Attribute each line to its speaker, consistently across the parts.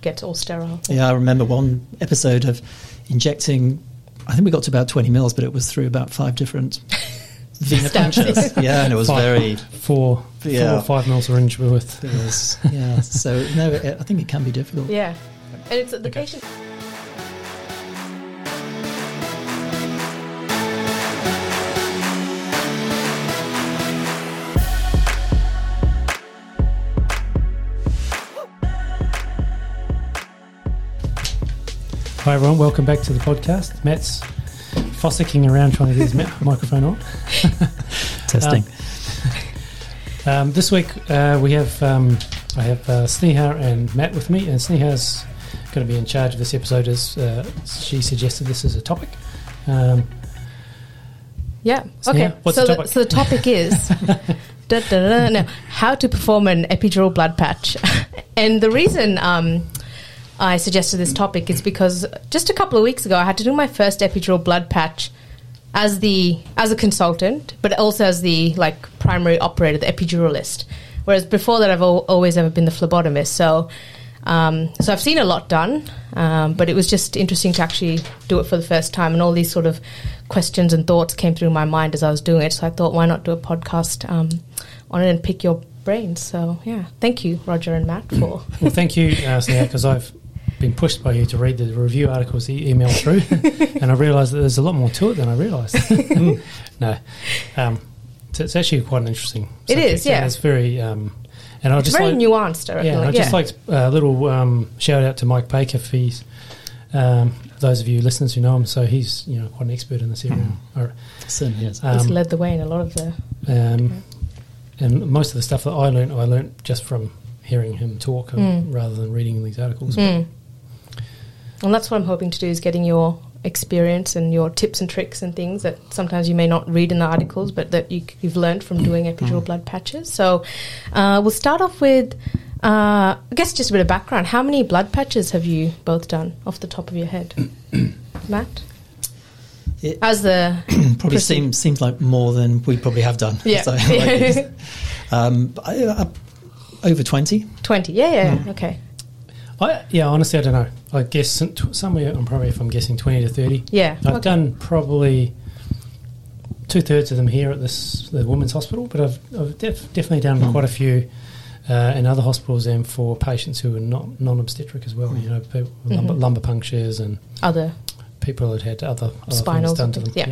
Speaker 1: gets all sterile.
Speaker 2: Yeah, I remember one episode of injecting. I think we got to about twenty mils, but it was through about five different
Speaker 1: Stances.
Speaker 2: venipunctures. yeah, and it was
Speaker 3: Five-
Speaker 2: very.
Speaker 3: four,
Speaker 2: Yeah.
Speaker 3: four or five mils orange worth.
Speaker 2: It was, yeah, so no, it, I think it can be difficult.
Speaker 1: Yeah. And it's the patient.
Speaker 3: Hi everyone, welcome back to the podcast. Matt's fossicking around trying to get his mi- microphone on.
Speaker 2: Testing.
Speaker 3: Um, this week uh, we have um, I have uh, Sneha and Matt with me, and Sneha's going to be in charge of this episode as uh, she suggested this as a topic. Um,
Speaker 1: Yeah.
Speaker 3: So,
Speaker 1: Okay.
Speaker 3: yeah, what's
Speaker 1: so,
Speaker 3: the
Speaker 1: the
Speaker 3: topic?
Speaker 1: so the topic is da, da, da, no, how to perform an epidural blood patch. and the reason um, I suggested this topic is because just a couple of weeks ago I had to do my first epidural blood patch as the as a consultant, but also as the like primary operator, the epiduralist. Whereas before that, I've al- always ever been the phlebotomist. So. Um, so I've seen a lot done, um, but it was just interesting to actually do it for the first time. And all these sort of questions and thoughts came through my mind as I was doing it. So I thought, why not do a podcast um, on it and pick your brains? So yeah, thank you, Roger and Matt, for
Speaker 3: well, thank you, uh, Sneha, because I've been pushed by you to read the review articles that you emailed through, and I realised that there's a lot more to it than I realised. Mm. no, um, so it's actually quite an interesting.
Speaker 1: It is,
Speaker 3: subject, and
Speaker 1: yeah.
Speaker 3: it's very. Um, and I
Speaker 1: it's
Speaker 3: just
Speaker 1: very
Speaker 3: like,
Speaker 1: nuanced. I reckon.
Speaker 3: Yeah, and I'd just like a little um, shout out to Mike Baker for his, um, those of you listeners who know him. So he's you know quite an expert in this
Speaker 1: Mm.
Speaker 3: area. Or,
Speaker 2: Certainly is.
Speaker 1: he's
Speaker 3: um,
Speaker 1: led the way in a lot of the
Speaker 3: um, and most of the stuff that I learned, I learned just from hearing him talk and-
Speaker 1: Mm.
Speaker 3: rather than reading these articles.
Speaker 1: And that's what I'm hoping to do is getting your experience and your tips and tricks and things that sometimes you may not read in the articles, but that you, you've learned from doing
Speaker 2: Mm.
Speaker 1: epidural blood patches. So uh, we'll start off with, uh, I guess, just a bit of background. How many blood patches have you both done off the top of your head, Matt?
Speaker 2: It-
Speaker 1: As the
Speaker 2: probably
Speaker 1: Proceed.
Speaker 2: seems seems like more than we probably have done.
Speaker 1: Yeah.
Speaker 2: So, like, um, but I, I, over twenty.
Speaker 1: 20, yeah, yeah,
Speaker 2: Mm.
Speaker 1: okay.
Speaker 3: I, yeah, honestly, I don't know. I guess some- tw- somewhere I'm probably if I'm guessing twenty to thirty.
Speaker 1: Yeah.
Speaker 3: I've
Speaker 1: okay.
Speaker 3: done probably two thirds of them here at this the women's hospital, but I've, I've def- definitely done quite a few uh, in other hospitals and for patients who are not non obstetric as well. You know, people with lumbar,
Speaker 1: Mm-hmm.
Speaker 3: lumbar punctures and
Speaker 1: Other,
Speaker 3: people that had other, other
Speaker 1: Spinals
Speaker 3: things done
Speaker 1: and
Speaker 3: to them.
Speaker 1: things,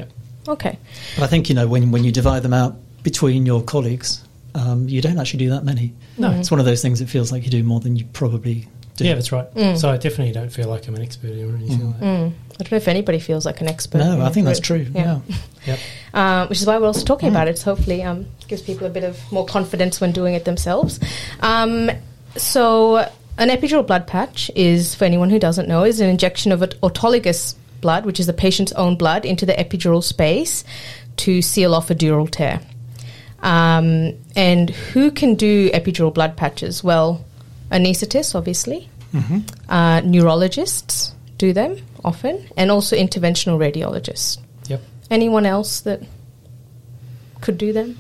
Speaker 1: yeah. okay.
Speaker 2: But I think you know when when you divide them out between your colleagues, um, you don't actually do that many.
Speaker 3: No.
Speaker 2: it's one of those things that feels like you do more than you probably do. Mm.
Speaker 3: Yeah, that's right.
Speaker 1: Mm.
Speaker 3: So I definitely don't feel like I'm an expert or anything
Speaker 2: Hmm.
Speaker 3: like that.
Speaker 1: I don't know if anybody feels like an expert. you
Speaker 2: no,
Speaker 1: know,
Speaker 2: I think that's
Speaker 1: really.
Speaker 2: true. Yeah,
Speaker 3: Yep.
Speaker 1: um, which is why we're also talking about it. So hopefully, um, gives people a bit of more confidence when doing it themselves. Um, so, an epidural blood patch is, for anyone who doesn't know, is an injection of aut- autologous blood, which is the patient's own blood, into the epidural space to seal off a dural tear. Um, and who can do epidural blood patches? Well, anaesthetists, obviously. Uh, neurologists do them often, and also interventional radiologists
Speaker 3: Yep.
Speaker 1: anyone else that could do them?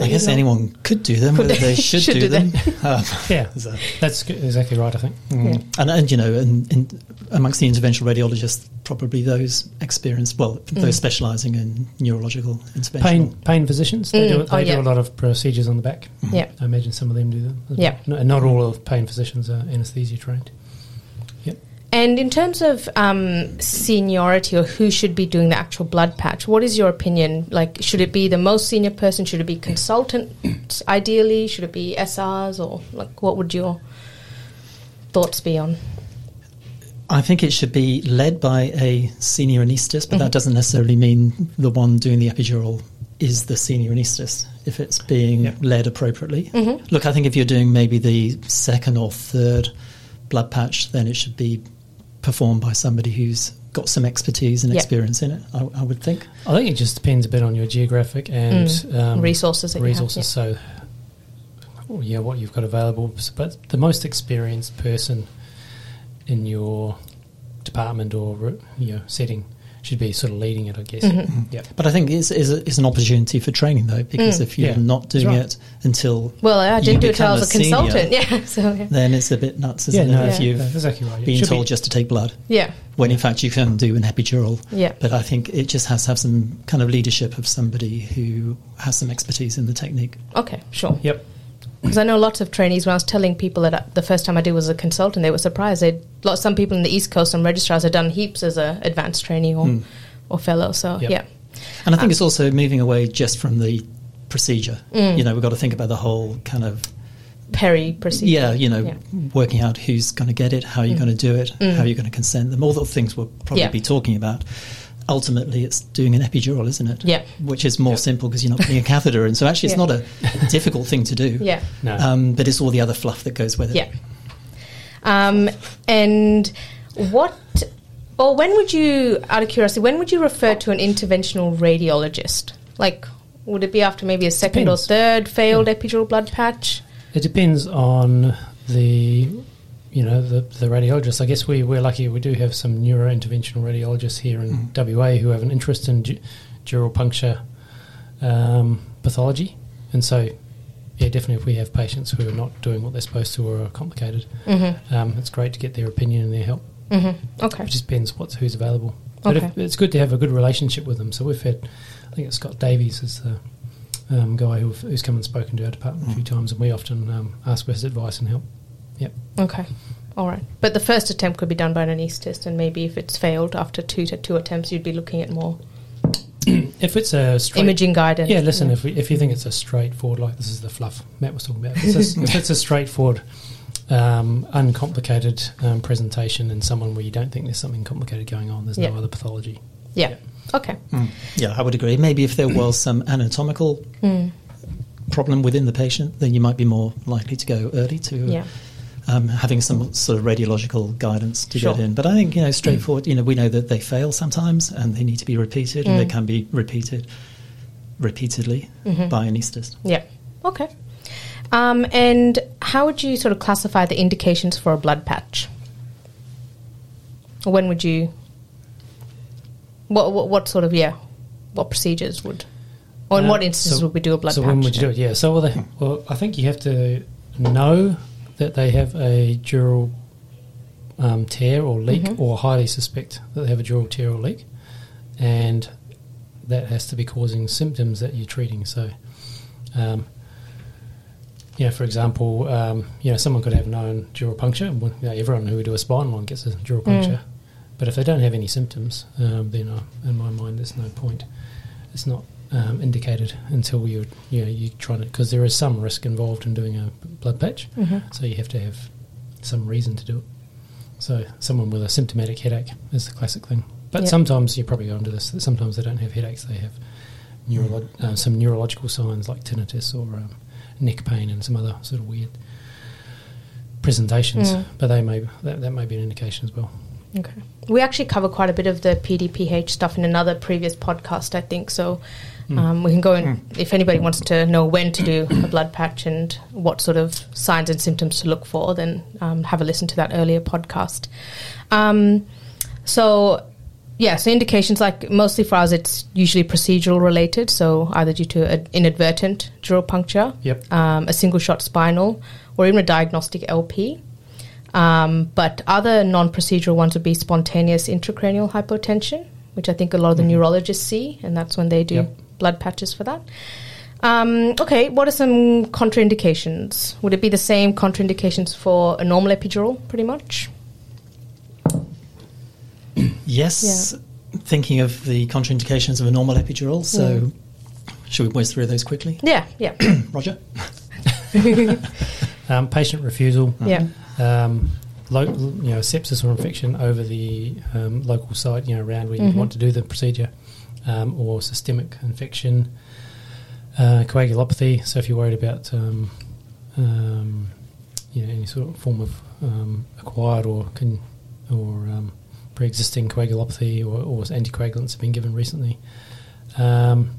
Speaker 2: I guess
Speaker 1: Yeah.
Speaker 2: anyone could do them,
Speaker 1: Could
Speaker 2: whether
Speaker 1: they-
Speaker 2: they should,
Speaker 1: should
Speaker 2: do,
Speaker 1: do
Speaker 2: them. um,
Speaker 3: Yeah.
Speaker 2: so-
Speaker 3: That's g- exactly right, I think.
Speaker 1: Yeah.
Speaker 2: And, and you know, and, and amongst the interventional radiologists, probably those experienced, well,
Speaker 1: Mm.
Speaker 2: those specialising in neurological intervention.
Speaker 3: Pain pain physicians, they, do,
Speaker 1: Mm, oh,
Speaker 3: they
Speaker 1: yeah.
Speaker 3: do a lot of procedures on the back.
Speaker 2: Mm-hmm.
Speaker 1: Yeah.
Speaker 3: I imagine some of them do them. as well.
Speaker 1: Yeah.
Speaker 3: No- and not all of pain physicians are anaesthesia trained.
Speaker 1: And in terms of um, seniority or who should be doing the actual blood patch, what is your opinion? Like, should it be the most senior person? Should it be consultant? ideally, should it be SRs or like what would your thoughts be on?
Speaker 2: I think it should be led by a senior anaesthetist, but that doesn't necessarily mean the one doing the epidural is the senior anaesthetist if it's being
Speaker 3: Yeah.
Speaker 2: led appropriately. Look, I think if you're doing maybe the second or third blood patch, then it should be performed by somebody who's got some expertise and
Speaker 1: Yeah.
Speaker 2: experience in it, I, I would think.
Speaker 3: I think it just depends a bit on your geographic and um,
Speaker 1: Resources that you have,
Speaker 3: resources. So, well, yeah, what you've got available. But the most experienced person in your department or you know setting should be sort of leading it, I guess.
Speaker 1: Mm-hmm.
Speaker 3: Yeah.
Speaker 2: But I think it's, it's, a- it's an opportunity for training though, because if you're
Speaker 3: Yeah.
Speaker 2: not doing
Speaker 3: right.
Speaker 2: it until
Speaker 1: Well, I
Speaker 2: You
Speaker 1: didn't do it till I
Speaker 2: become
Speaker 1: was a
Speaker 2: a senior.
Speaker 1: consultant. Yeah. So yeah.
Speaker 2: then it's a bit nuts,
Speaker 3: Yeah,
Speaker 2: isn't
Speaker 3: no,
Speaker 2: it? If
Speaker 3: yeah.
Speaker 2: you've
Speaker 3: that's exactly right. It
Speaker 2: been
Speaker 3: should be-
Speaker 2: told just to take blood,
Speaker 1: yeah.
Speaker 2: when in fact you can do an epidural.
Speaker 1: Yeah.
Speaker 2: But I think it just has to have some kind of leadership of somebody who has some expertise in the technique.
Speaker 1: Okay. Sure.
Speaker 3: Yep.
Speaker 1: Because I know lots of trainees. When I was telling people that uh, the first time I did was a consultant, they were surprised. They lots some people in the East Coast, some registrars, had done heaps as a advanced trainee or or fellow. So
Speaker 3: Hmm. Yep.
Speaker 1: yeah.
Speaker 2: And
Speaker 1: Uh,
Speaker 2: I think it's also moving away just from the procedure.
Speaker 1: Mm.
Speaker 2: You know, we've got to think about the whole kind of
Speaker 1: Perry procedure.
Speaker 2: yeah, you know,
Speaker 1: Yeah. Mm.
Speaker 2: working out who's going to get it, how you're going to do it, how you're going to consent them, all the things we'll probably
Speaker 1: Yeah.
Speaker 2: be talking about. Ultimately, it's doing an epidural, isn't it?
Speaker 1: Yeah.
Speaker 2: Which is more simple because you're not putting a catheter in. So actually, it's
Speaker 1: Yeah.
Speaker 2: not a difficult thing to do.
Speaker 1: Yeah.
Speaker 3: No.
Speaker 2: Um, but it's all the other fluff that goes with it.
Speaker 1: Yeah. Um, and what, or when would you, out of curiosity, when would you refer to an interventional radiologist? Like, would it be after maybe a second
Speaker 3: Depends. Hmm.
Speaker 1: or third failed epidural blood patch?
Speaker 3: It depends on the, you know, the, the radiologist. I guess we, we're lucky we do have some neurointerventional radiologists here in WA who have an interest in du- dural puncture um, pathology. And so, yeah, definitely if we have patients who are not doing what they're supposed to or are complicated, um, it's great to get their opinion and their help.
Speaker 1: Okay.
Speaker 3: It just depends what's who's available. But
Speaker 1: Okay.
Speaker 3: if, it's good to have a good relationship with them. So we've had, I think it's Scott Davies is the um, guy who, who's come and spoken to our department a few times, and we often um, ask for his advice and help. Yep.
Speaker 1: Okay. All right. But the first attempt could be done by an anesthetist, and maybe if it's failed after two to two attempts, you'd be looking at more
Speaker 3: If it's a straight,
Speaker 1: imaging guidance.
Speaker 3: yeah. Listen, if we, if you think it's a straightforward, like this is the fluff Matt was talking about. If it's a, if it's a straightforward, um, uncomplicated um, presentation, and someone where you don't think there's something complicated going on, there's
Speaker 1: Yeah.
Speaker 3: no other pathology.
Speaker 1: Yeah.
Speaker 3: yeah.
Speaker 1: Okay.
Speaker 2: Mm. Yeah, I would agree. Maybe if there was some anatomical
Speaker 1: Mm.
Speaker 2: problem within the patient, then you might be more likely to go early to uh,
Speaker 1: Yeah.
Speaker 2: um, having some sort of radiological guidance to
Speaker 1: Sure. Mm.
Speaker 2: get in. But I think you know, straightforward. You know, we know that they fail sometimes, and they need to be repeated, and they
Speaker 1: Mm.
Speaker 2: can be repeated repeatedly
Speaker 1: Mm-hmm.
Speaker 2: by anaesthetist.
Speaker 1: Yeah. Okay. Um, and how would you sort of classify the indications for a blood patch? Or When would you? What what, what sort of yeah? What procedures would? Or in
Speaker 3: Uh,
Speaker 1: what instances
Speaker 3: so-
Speaker 1: would we do a blood
Speaker 3: so
Speaker 1: patch?
Speaker 3: when would you do it? Yeah. So well, they, well, I think you have to know that they have a dural um, tear or leak, or highly suspect that they have a dural tear or leak, and that has to be causing symptoms that you're treating. So, um, you know, for example, um, you know, someone could have known dural puncture. Well, you know, everyone who would do a spinal line gets a dural puncture, but if they don't have any symptoms, um, then I, in my mind, there's no point it's not um, indicated until you're you know, you're trying to because there is some risk involved in doing a blood patch,
Speaker 1: Mm-hmm.
Speaker 3: so you have to have some reason to do it. So someone with a symptomatic headache is the classic thing, but
Speaker 1: Yeah.
Speaker 3: sometimes you probably go into this. That sometimes they don't have headaches; they have neurolo- uh, some neurological signs like tinnitus or um, neck pain and some other sort of weird presentations. But they may that, that may be an indication as well.
Speaker 1: Okay. We actually cover quite a bit of the PDPH stuff in another previous podcast, I think. So um, we can go in if anybody wants to know when to do a blood patch and what sort of signs and symptoms to look for, then um, have a listen to that earlier podcast. Um, so, yeah, so indications like mostly for us, it's usually procedural related. So either due to an inadvertent dural puncture,
Speaker 3: Yep.
Speaker 1: um, a single shot spinal, or even a diagnostic LP. Um, but other non procedural ones would be spontaneous intracranial hypotension, which I think a lot of the neurologists see, and that's when they do
Speaker 3: Yep.
Speaker 1: blood patches for that. Um, okay, what are some contraindications? Would it be the same contraindications for a normal epidural, pretty much?
Speaker 2: Yes, thinking of the contraindications of a normal epidural. So, should we whiz through those quickly,
Speaker 1: Yeah, yeah,
Speaker 2: Roger?
Speaker 3: Um, patient refusal.
Speaker 1: yeah,
Speaker 3: um, lo- you know, sepsis or infection over the um, local site, you know, around where you want to do the procedure, um, or systemic infection, uh, coagulopathy. So if you're worried about, um, um, you know, any sort of form of um, acquired or con- or um, pre-existing coagulopathy or, or anticoagulants have been given recently. Um,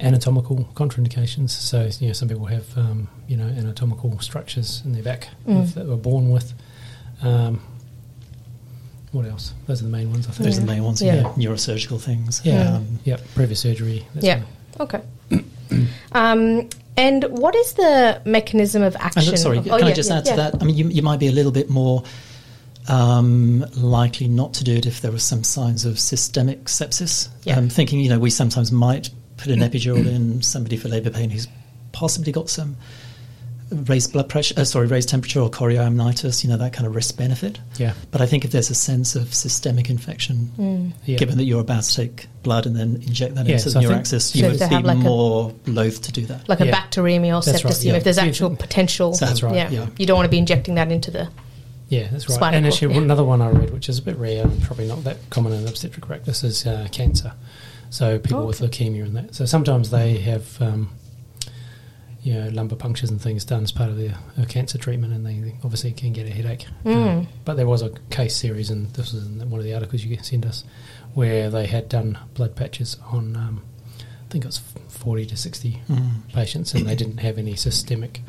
Speaker 3: anatomical contraindications. So you know, some people have um, you know anatomical structures in their back
Speaker 1: Mm.
Speaker 3: that they were born with. Um, what else? Those are the main ones, I think.
Speaker 2: Those are the main ones. Yeah,
Speaker 1: Yeah. Mm.
Speaker 2: neurosurgical things.
Speaker 3: Yeah.
Speaker 2: Um,
Speaker 3: Yep. Previous surgery. that's
Speaker 1: Yeah. Okay. um, and what is the mechanism of
Speaker 2: And
Speaker 1: action?
Speaker 2: look, sorry,
Speaker 1: of-
Speaker 2: can
Speaker 1: oh,
Speaker 2: I
Speaker 1: yeah,
Speaker 2: just
Speaker 1: yeah,
Speaker 2: add to
Speaker 1: yeah.
Speaker 2: that? I mean, you, you might be a little bit more um, likely not to do it if there were some signs of systemic sepsis.
Speaker 1: Yeah. Mm.
Speaker 2: I'm thinking, you know, we sometimes might put an epidural in somebody for labour pain who's possibly got some raised blood pressure, uh, sorry, raised temperature or chorioamnitis, you know, that kind of risk benefit.
Speaker 3: Yeah.
Speaker 2: But I think if there's a sense of systemic infection,
Speaker 1: Mm.
Speaker 3: Yeah.
Speaker 2: given that you're about to take blood and then inject that
Speaker 3: Yeah,
Speaker 2: into
Speaker 3: so I
Speaker 2: the
Speaker 3: think-
Speaker 2: neuraxis, you
Speaker 1: So
Speaker 2: would
Speaker 1: to
Speaker 2: be
Speaker 1: have like a-
Speaker 2: more loath to do that.
Speaker 1: Like a
Speaker 3: Yeah.
Speaker 1: bacteremia or
Speaker 3: That's right,
Speaker 1: septicemia,
Speaker 3: yeah.
Speaker 1: if there's
Speaker 3: Yeah.
Speaker 1: actual potential.
Speaker 2: That's
Speaker 3: right,
Speaker 2: yeah.
Speaker 1: You don't want to be injecting that into the.
Speaker 3: Yeah, that's right.
Speaker 1: Spinal
Speaker 3: and
Speaker 1: cord,
Speaker 3: actually,
Speaker 1: yeah.
Speaker 3: another one I read, which is a bit rare and probably not that common in obstetric practice, is uh, cancer. So people
Speaker 1: Oh,
Speaker 3: with leukemia and that. So sometimes they have, um, you know, lumbar punctures and things done as part of their uh, cancer treatment, and they obviously can get a headache.
Speaker 1: Hmm.
Speaker 3: Um, but there was a case series, and this was in one of the articles you sent us, where they had done blood patches on, um, I think it was 40 to 60
Speaker 2: Mm.
Speaker 3: patients, and they didn't have any systemic.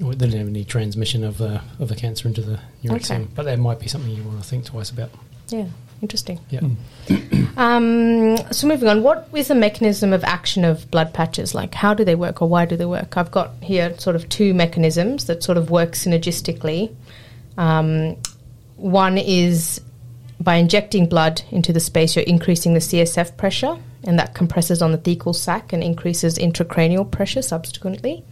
Speaker 3: Well, They didn't have any transmission of the of the cancer into the neuraxium,
Speaker 1: Okay.
Speaker 3: but that might be something you want to think twice about.
Speaker 1: Yeah, interesting.
Speaker 3: Yeah,
Speaker 1: Um, so moving on, what is the mechanism of action of blood patches? Like, how do they work, or why do they work? I've got here sort of two mechanisms that sort of work synergistically. Um, one is by injecting blood into the space, you're increasing the CSF pressure, and that compresses on the thecal sac and increases intracranial pressure subsequently.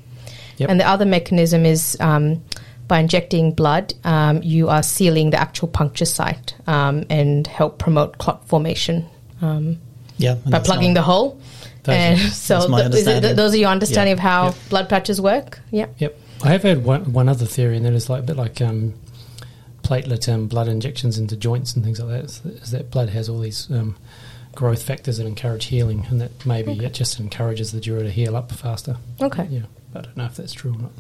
Speaker 3: Yep.
Speaker 1: And the other mechanism is um, by injecting blood, um, you are sealing the actual puncture site um, and help promote clot formation um,
Speaker 2: Yeah, and
Speaker 1: by
Speaker 2: that's
Speaker 1: plugging
Speaker 2: not-
Speaker 1: the hole.
Speaker 3: That's-
Speaker 1: and
Speaker 3: that's
Speaker 1: so,
Speaker 2: my
Speaker 1: th- is it-
Speaker 2: understanding.
Speaker 1: those are your understanding
Speaker 3: Yeah.
Speaker 1: of how
Speaker 3: Yep.
Speaker 1: blood patches work. Yeah.
Speaker 3: yep. I have heard one, one other theory, and that is like a bit like um, platelet and blood injections into joints and things like that. Is that, is that blood has all these um, growth factors that encourage healing, and that maybe it just encourages the dura to heal up faster.
Speaker 1: Okay.
Speaker 3: Yeah, but I don't know if that's true or not.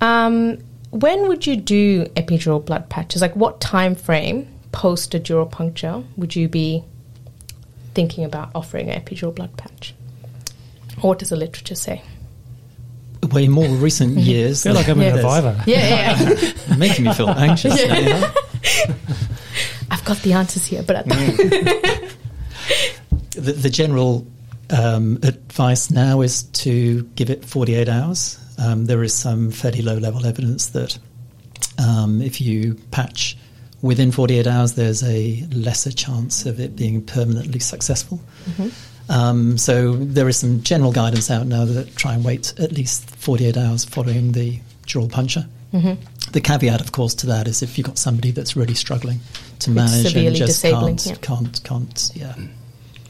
Speaker 1: Um, when would you do epidural blood patches? Like, what time frame post a dural puncture would you be thinking about offering an epidural blood patch? Or what does the literature say?
Speaker 2: Well, in more recent years,
Speaker 3: I feel like I'm
Speaker 1: Yeah.
Speaker 3: a reviver.
Speaker 1: Yeah, yeah, yeah.
Speaker 2: You're making me feel anxious.
Speaker 1: I've got the answers here, but uh, I-
Speaker 2: Mm. The, the general um, advice now is to give it 48 hours. Um, there is some fairly low level evidence that um, if you patch within 48 hours, there's a lesser chance of it being permanently successful.
Speaker 1: Mm-hmm.
Speaker 2: Um, so there is some general guidance out now that try and wait at least 48 hours following the dural puncture.
Speaker 1: Mm-hmm.
Speaker 2: The caveat, of course, to that is if you've got somebody that's really struggling to manage
Speaker 1: severely
Speaker 2: and just
Speaker 1: disabling,
Speaker 2: can't,
Speaker 1: yeah.
Speaker 2: can't, can't, yeah.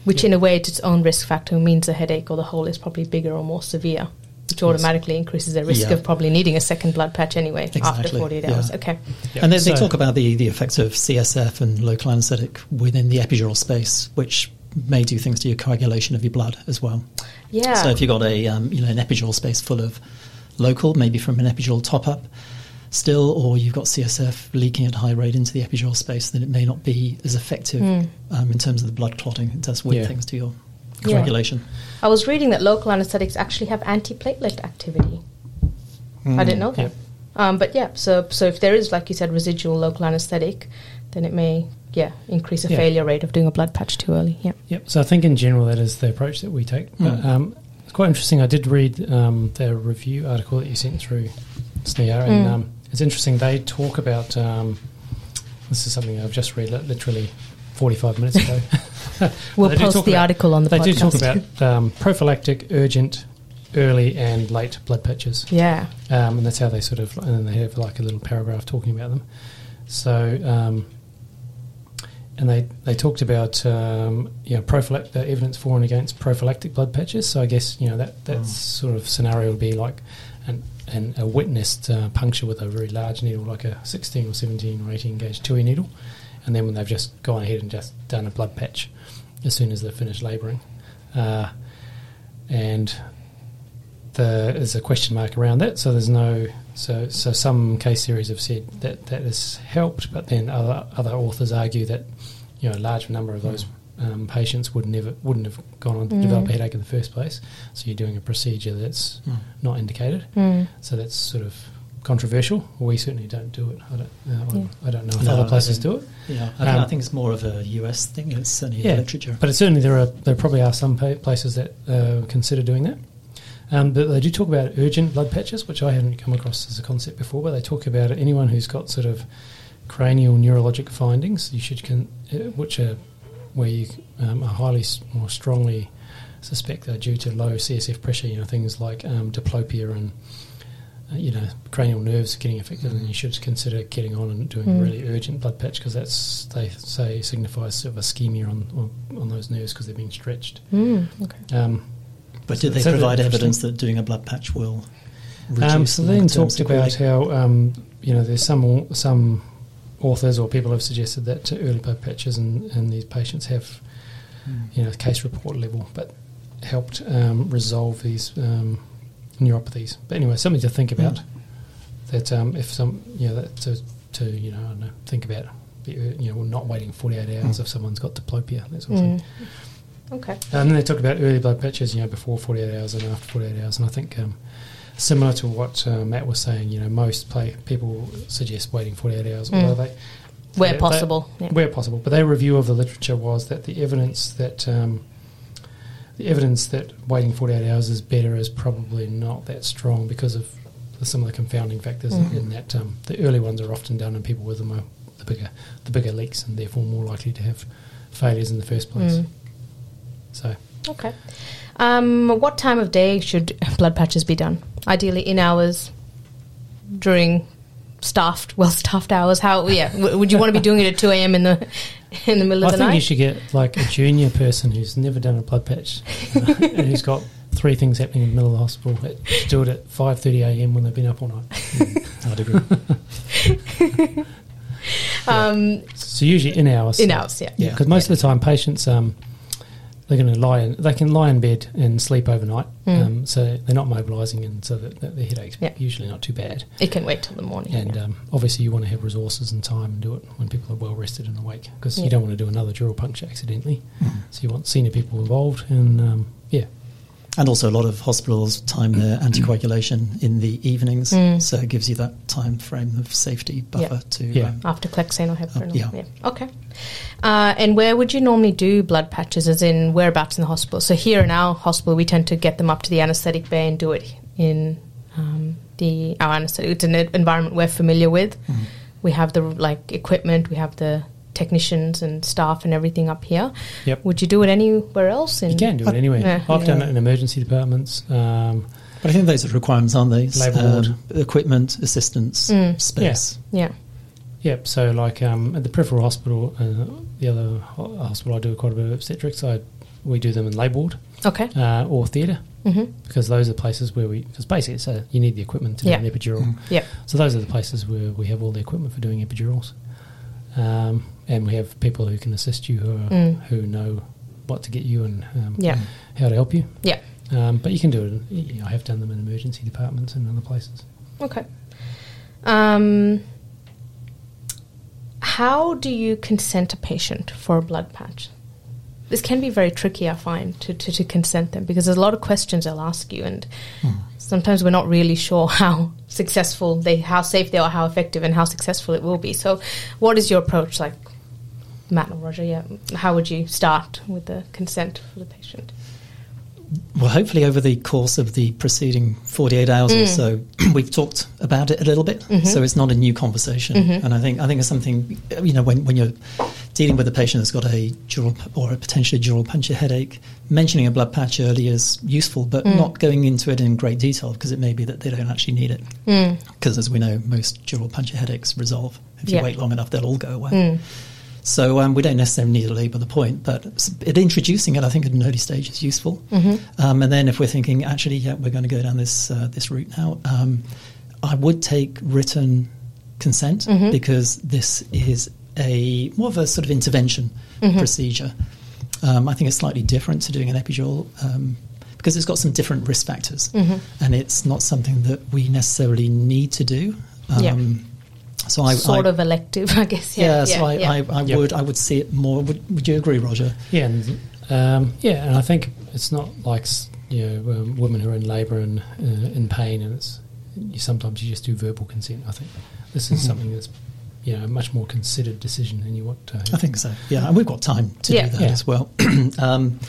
Speaker 1: which in a way, it's its own risk factor, means the headache or the hole is probably bigger or more severe, which automatically increases the risk
Speaker 2: Yeah.
Speaker 1: of probably needing a second blood patch anyway after
Speaker 2: Exactly,
Speaker 1: 48
Speaker 2: yeah.
Speaker 1: hours. Okay.
Speaker 3: Yeah.
Speaker 2: And they, they
Speaker 3: So-
Speaker 2: talk about the, the effects of CSF and local anaesthetic within the epidural space, which may do things to your coagulation of your blood as well.
Speaker 1: Yeah.
Speaker 2: So if you've got a um, you know an epidural space full of local, maybe from an epidural top up still, or you've got CSF leaking at high rate into the epidural space, then it may not be as effective
Speaker 1: Hmm.
Speaker 2: um, in terms of the blood clotting. It does weird
Speaker 3: Yeah.
Speaker 2: things to your
Speaker 1: Yeah.
Speaker 2: coagulation.
Speaker 1: I was reading that local anesthetics actually have antiplatelet activity.
Speaker 3: Mm,
Speaker 1: I didn't know that.
Speaker 3: Yep.
Speaker 1: Um, but yeah, so so if there is, like you said, residual local anesthetic, then it may yeah increase a
Speaker 3: Yeah.
Speaker 1: failure rate of doing a blood patch too early. Yeah.
Speaker 3: Yep. So I think in general that is the approach that we take. But, um, it's quite interesting. I did read um, the review article that you sent through SNEAR, and
Speaker 1: Hmm.
Speaker 3: um, it's interesting. They talk about um, this is something I've just read li- literally 45 minutes ago.
Speaker 1: We'll
Speaker 3: They do
Speaker 1: post
Speaker 3: talk
Speaker 1: the
Speaker 3: about-
Speaker 1: article on the
Speaker 3: They
Speaker 1: podcast.
Speaker 3: do talk about um, prophylactic, urgent, early, and late blood patches
Speaker 1: yeah.
Speaker 3: um, and that's how they sort of and then they have like a little paragraph talking about them. So um, and they they talked about um, you know prophylact the evidence for and against prophylactic blood patches. So I guess you know that that sort of scenario would be like an, an a witnessed uh, puncture with a very large needle, like a sixteen or seventeen or eighteen gauge two E needle, and then when they've just gone ahead and just done a blood patch as soon as they've finished labouring. Uh, and the is a question mark around that. So there's no so so some case series have said that that has helped, but then other other authors argue that you know a large number of those um, patients would never wouldn't have gone on to develop a headache in
Speaker 2: Hmm.
Speaker 1: Mm,
Speaker 3: the first place. So you're doing a procedure that's not indicated. So that's sort of controversial. We certainly don't do it. I don't, uh,
Speaker 1: Yeah.
Speaker 3: I don't know if
Speaker 2: No,
Speaker 3: other
Speaker 2: I
Speaker 3: places
Speaker 2: think-
Speaker 3: do it.
Speaker 2: Yeah, I, think-
Speaker 3: Um,
Speaker 2: I think it's more of a US thing. It's certainly
Speaker 3: Yeah.
Speaker 2: the literature.
Speaker 3: But it, certainly there are there probably are some pa- places that uh, consider doing that. Um, but they do talk about urgent blood patches, which I haven't come across as a concept before. But they talk about it, anyone who's got sort of cranial neurologic findings, you should con- uh, which are where you um, are highly s- more strongly suspect they're due to low CSF pressure. You know things like um, diplopia and uh, you know cranial nerves getting affected, and you should consider getting on and doing
Speaker 1: Mm.
Speaker 3: a really urgent blood patch because that's they say signifies sort of ischemia on on, on those nerves because they've been stretched.
Speaker 1: Mm, okay.
Speaker 3: Um,
Speaker 2: But do they
Speaker 3: So- so
Speaker 2: provide
Speaker 3: that's
Speaker 2: evidence that doing a blood patch will reduce
Speaker 3: Um, so
Speaker 2: the
Speaker 3: then
Speaker 2: long-term
Speaker 3: talked
Speaker 2: sequelae?
Speaker 3: about how um, you know there's some au- some authors or people have suggested that to early blood patches and, and these patients have
Speaker 2: Mm.
Speaker 3: you know case report level, but helped um, resolve these um, neuropathies. But anyway, something to think about.
Speaker 1: Hmm.
Speaker 3: That um, if some you know that to, to you know I don't know, think about the, uh, you know we're not waiting 48 hours
Speaker 1: Hmm.
Speaker 2: Mm.
Speaker 3: if someone's got diplopia that sort of thing.
Speaker 1: Mm. Okay.
Speaker 3: And then they talk about early blood patches, you know, before 48 hours and after 48 hours. And I think um, similar to what uh, Matt was saying, you know, most play, people suggest waiting 48 hours,
Speaker 1: Mm.
Speaker 3: although they,
Speaker 1: Where
Speaker 3: they-
Speaker 1: possible.
Speaker 3: they-
Speaker 1: Yeah.
Speaker 3: where possible. But their review of the literature was that the evidence that um, the evidence that waiting 48 hours is better is probably not that strong because of the, some of the confounding factors
Speaker 1: Mm.
Speaker 3: in that um, the early ones are often done in people with the, mo- the bigger the bigger leaks and therefore more likely to have failures in the first place.
Speaker 1: Mm.
Speaker 3: So.
Speaker 1: Okay. Um, what time of day should blood patches be done? Ideally, in hours, during staffed, well-staffed hours. How? Yeah. W- would you want to be doing it at two a.m. in the in the middle
Speaker 3: I
Speaker 1: of the
Speaker 3: think you
Speaker 1: night?
Speaker 3: should get like a junior person who's never done a blood patch and who's got three things happening in the middle of the hospital. But just do it at five thirty a.m. when they've been up all night.
Speaker 2: I'd agree.
Speaker 1: Um,
Speaker 3: So usually in hours.
Speaker 1: in hours. Yeah.
Speaker 3: Yeah, because most of the time patients um, they're going to lie in they can lie in bed and sleep overnight.
Speaker 1: Mm.
Speaker 3: Um, so they're not mobilising and so that, that their headaches
Speaker 1: Yeah.
Speaker 3: usually not too bad.
Speaker 1: It can wait till the morning.
Speaker 3: And um, obviously you want to have resources and time and do it when people are well rested and awake because
Speaker 1: Yeah.
Speaker 3: you don't want to do another dural puncture accidentally. So you want senior people involved and um, yeah.
Speaker 2: And also, a lot of hospitals time their
Speaker 3: Mm.
Speaker 2: anticoagulation in the evenings,
Speaker 1: Mm.
Speaker 2: so it gives you that time frame of safety buffer to.
Speaker 3: Yeah.
Speaker 2: Um,
Speaker 1: After Clexane or heparin.
Speaker 2: yeah.
Speaker 1: Okay. Uh, and where would you normally do blood patches, as in whereabouts in the hospital? So here in our hospital, we tend to get them up to the anaesthetic bay and do it in um, the our anaesthetic. It's an environment we're familiar with.
Speaker 3: Mm-hmm.
Speaker 1: We have the like equipment, we have the technicians and staff and everything up here.
Speaker 3: Yep.
Speaker 1: Would you do it anywhere else? In, Oh,
Speaker 3: You can do it uh, anyway.
Speaker 1: Yeah.
Speaker 3: I've done
Speaker 2: Yeah.
Speaker 3: it in emergency departments. Um,
Speaker 2: but I think those are requirements, aren't they? Um,
Speaker 3: Labour ward.
Speaker 2: equipment, assistance,
Speaker 1: Mm.
Speaker 2: space.
Speaker 1: Yeah.
Speaker 3: yep. So like um, at the peripheral hospital, uh, the other ho- hospital I do quite a bit of obstetrics. I we do them in lab ward
Speaker 1: Okay.
Speaker 3: uh, or theatre
Speaker 1: Mm-hmm.
Speaker 3: because those are places where we because basically it's a, you need the equipment to
Speaker 1: Yeah.
Speaker 3: do an epidural.
Speaker 2: Mm.
Speaker 1: Yep.
Speaker 3: So those are the places where we have all the equipment for doing epidurals, um, and we have people who can assist you who are,
Speaker 1: Mm.
Speaker 3: who know what to get you and um,
Speaker 1: Yeah.
Speaker 3: how to help you.
Speaker 1: Yeah.
Speaker 3: Um, but you can do it. in- You know, I have done them in emergency departments and other places.
Speaker 1: Okay. Um, how do you consent a patient for a blood patch? This can be very tricky, I find, to, to, to consent them because there's a lot of questions they'll ask you, and
Speaker 2: Hmm.
Speaker 1: sometimes we're not really sure how successful they, how safe they are, how effective, and how successful it will be. So, what is your approach, like Matt or Roger? Yeah, how would you start with the consent for the patient?
Speaker 2: Well, hopefully, over the course of the preceding 48 hours or so, we've talked about it a little bit. So it's not a new conversation. And I think I think it's something, you know, when, when you're dealing with a patient that's got a dural p- or a potentially dural puncture headache, mentioning a blood patch early is useful, but not going into it in great detail because it may be that they don't actually need it.
Speaker 1: Hmm,
Speaker 2: Because as we know, most dural puncture headaches resolve. If
Speaker 1: Yeah. Mm.
Speaker 2: you wait long enough, they'll all go away.
Speaker 1: hmm.
Speaker 2: So um, we don't necessarily need to labour the point, but s- it, introducing it, I think, at an early stage is useful.
Speaker 1: Mm-hmm.
Speaker 2: Um, and then if we're thinking, actually, yeah, we're going to go down this uh, this route now, um, I would take written consent
Speaker 1: Mm-hmm.
Speaker 2: because this is a more of a sort of intervention
Speaker 1: Mm-hmm.
Speaker 2: procedure. Um, I think it's slightly different to doing an epidural um, because it's got some different risk factors,
Speaker 1: Mm-hmm.
Speaker 2: and it's not something that we necessarily need to do. Um,
Speaker 1: Yeah.
Speaker 2: So I
Speaker 1: sort
Speaker 2: I,
Speaker 1: of elective, I guess. Yeah,
Speaker 2: yeah, so I, I, I
Speaker 3: Yep.
Speaker 2: would I would see it more. Would, would you agree, Roger?
Speaker 3: Yeah, and, um, yeah, and I think it's not like s- you know um, women who are in labour and uh, in pain, and it's you sometimes you just do verbal consent. I think this is
Speaker 1: Mm-hmm.
Speaker 2: Mhm.
Speaker 3: something that's you know a much more considered decision, and you want to.
Speaker 2: I think so. Yeah, and we've got time to
Speaker 1: Yeah.
Speaker 2: do that
Speaker 3: Yeah.
Speaker 2: as well. um,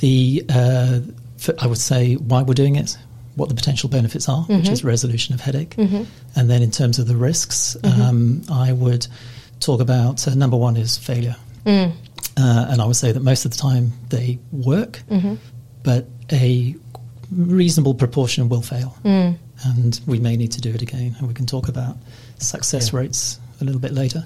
Speaker 2: the uh, f- I would say why we're doing it, what the potential benefits are, which
Speaker 1: Mhm.
Speaker 2: is resolution of headache, and then in terms of the risks, um, I would talk about uh, number one is failure,
Speaker 1: Mm.
Speaker 2: uh, and I would say that most of the time they work, but a reasonable proportion will fail,
Speaker 1: Mm.
Speaker 2: and we may need to do it again, and we can talk about success
Speaker 3: Yeah.
Speaker 2: rates a little bit later.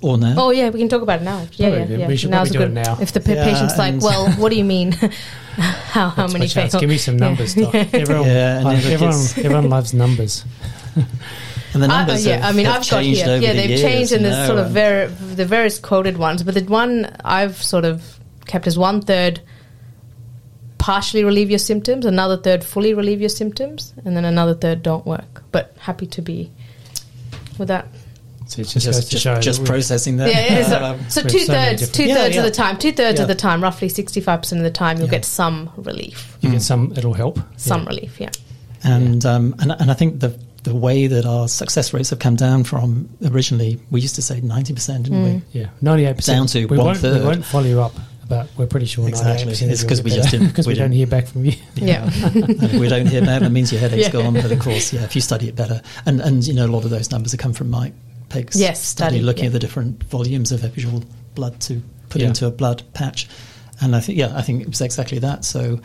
Speaker 2: Or now.
Speaker 1: Oh yeah, we can talk about it now. Yeah,
Speaker 3: Probably,
Speaker 1: yeah, yeah.
Speaker 3: we should
Speaker 1: Now's
Speaker 3: probably
Speaker 1: a
Speaker 3: do it
Speaker 1: good-
Speaker 3: now.
Speaker 1: If the pa-
Speaker 2: Yeah,
Speaker 1: patient's like,
Speaker 2: and-
Speaker 1: "Well, what do you mean? how how
Speaker 3: That's my
Speaker 1: many
Speaker 3: chance.
Speaker 1: fail?"
Speaker 3: Give me some
Speaker 1: Yeah.
Speaker 3: numbers, Doc. Everyone,
Speaker 2: Yeah, and
Speaker 3: I-
Speaker 2: everyone
Speaker 3: everyone,
Speaker 2: gets-
Speaker 3: everyone loves numbers.
Speaker 2: And the
Speaker 1: I- uh,
Speaker 2: numbers,
Speaker 1: yeah,
Speaker 2: have,
Speaker 1: I mean,
Speaker 2: have
Speaker 1: I've got
Speaker 2: changed
Speaker 1: here.
Speaker 2: over
Speaker 1: yeah,
Speaker 2: the
Speaker 1: they've
Speaker 2: years, uh,
Speaker 1: changed, and
Speaker 2: you
Speaker 1: there's
Speaker 2: know,
Speaker 1: sort of
Speaker 2: and-
Speaker 1: very the various quoted ones, but the one I've sort of kept is one third partially relieve your symptoms, another third fully relieve your symptoms, and then another third don't work. But happy to be with that.
Speaker 3: So it
Speaker 2: just,
Speaker 3: just, goes to
Speaker 2: just-
Speaker 3: show
Speaker 2: just
Speaker 3: that we-
Speaker 2: processing that.
Speaker 1: Yeah, yeah, so-
Speaker 2: Um,
Speaker 1: so,
Speaker 3: so
Speaker 1: two
Speaker 3: many
Speaker 1: thirds,
Speaker 3: different-
Speaker 1: two
Speaker 2: Yeah,
Speaker 1: thirds
Speaker 2: yeah.
Speaker 1: of the time, two thirds of
Speaker 2: Yeah.
Speaker 1: the time, roughly sixty five percent of the time, you'll
Speaker 2: Yeah.
Speaker 1: get some relief,
Speaker 3: you
Speaker 2: Mm.
Speaker 3: get some. It'll help.
Speaker 1: some relief. Yeah.
Speaker 2: and, um, and and I think the the way that our success rates have come down from originally, we used to say ninety percent, didn't
Speaker 1: Mm.
Speaker 2: we?
Speaker 3: Yeah, ninety-eight percent
Speaker 2: Down to
Speaker 3: we won't,
Speaker 2: one-third.
Speaker 3: We won't follow you up, but we're pretty sure
Speaker 2: Exactly.
Speaker 3: 98%
Speaker 2: It's
Speaker 3: of you
Speaker 2: 'cause
Speaker 3: will
Speaker 2: we
Speaker 3: get
Speaker 2: just
Speaker 3: better.
Speaker 2: didn't-
Speaker 3: 'Cause we
Speaker 2: we
Speaker 3: don't
Speaker 2: didn't-
Speaker 3: hear back from you.
Speaker 1: Yeah.
Speaker 2: And if we don't hear back, that means your headache's
Speaker 1: Yeah.
Speaker 2: gone. But of course, yeah, if you study it better, and and you know a lot of those numbers have come from Mike Peg's
Speaker 1: Yes,
Speaker 2: study,
Speaker 1: study,
Speaker 2: looking
Speaker 1: yeah.
Speaker 2: at the different volumes of epidurally blood to put
Speaker 3: Yeah.
Speaker 2: into a blood patch, and I think yeah, I think it was exactly that. So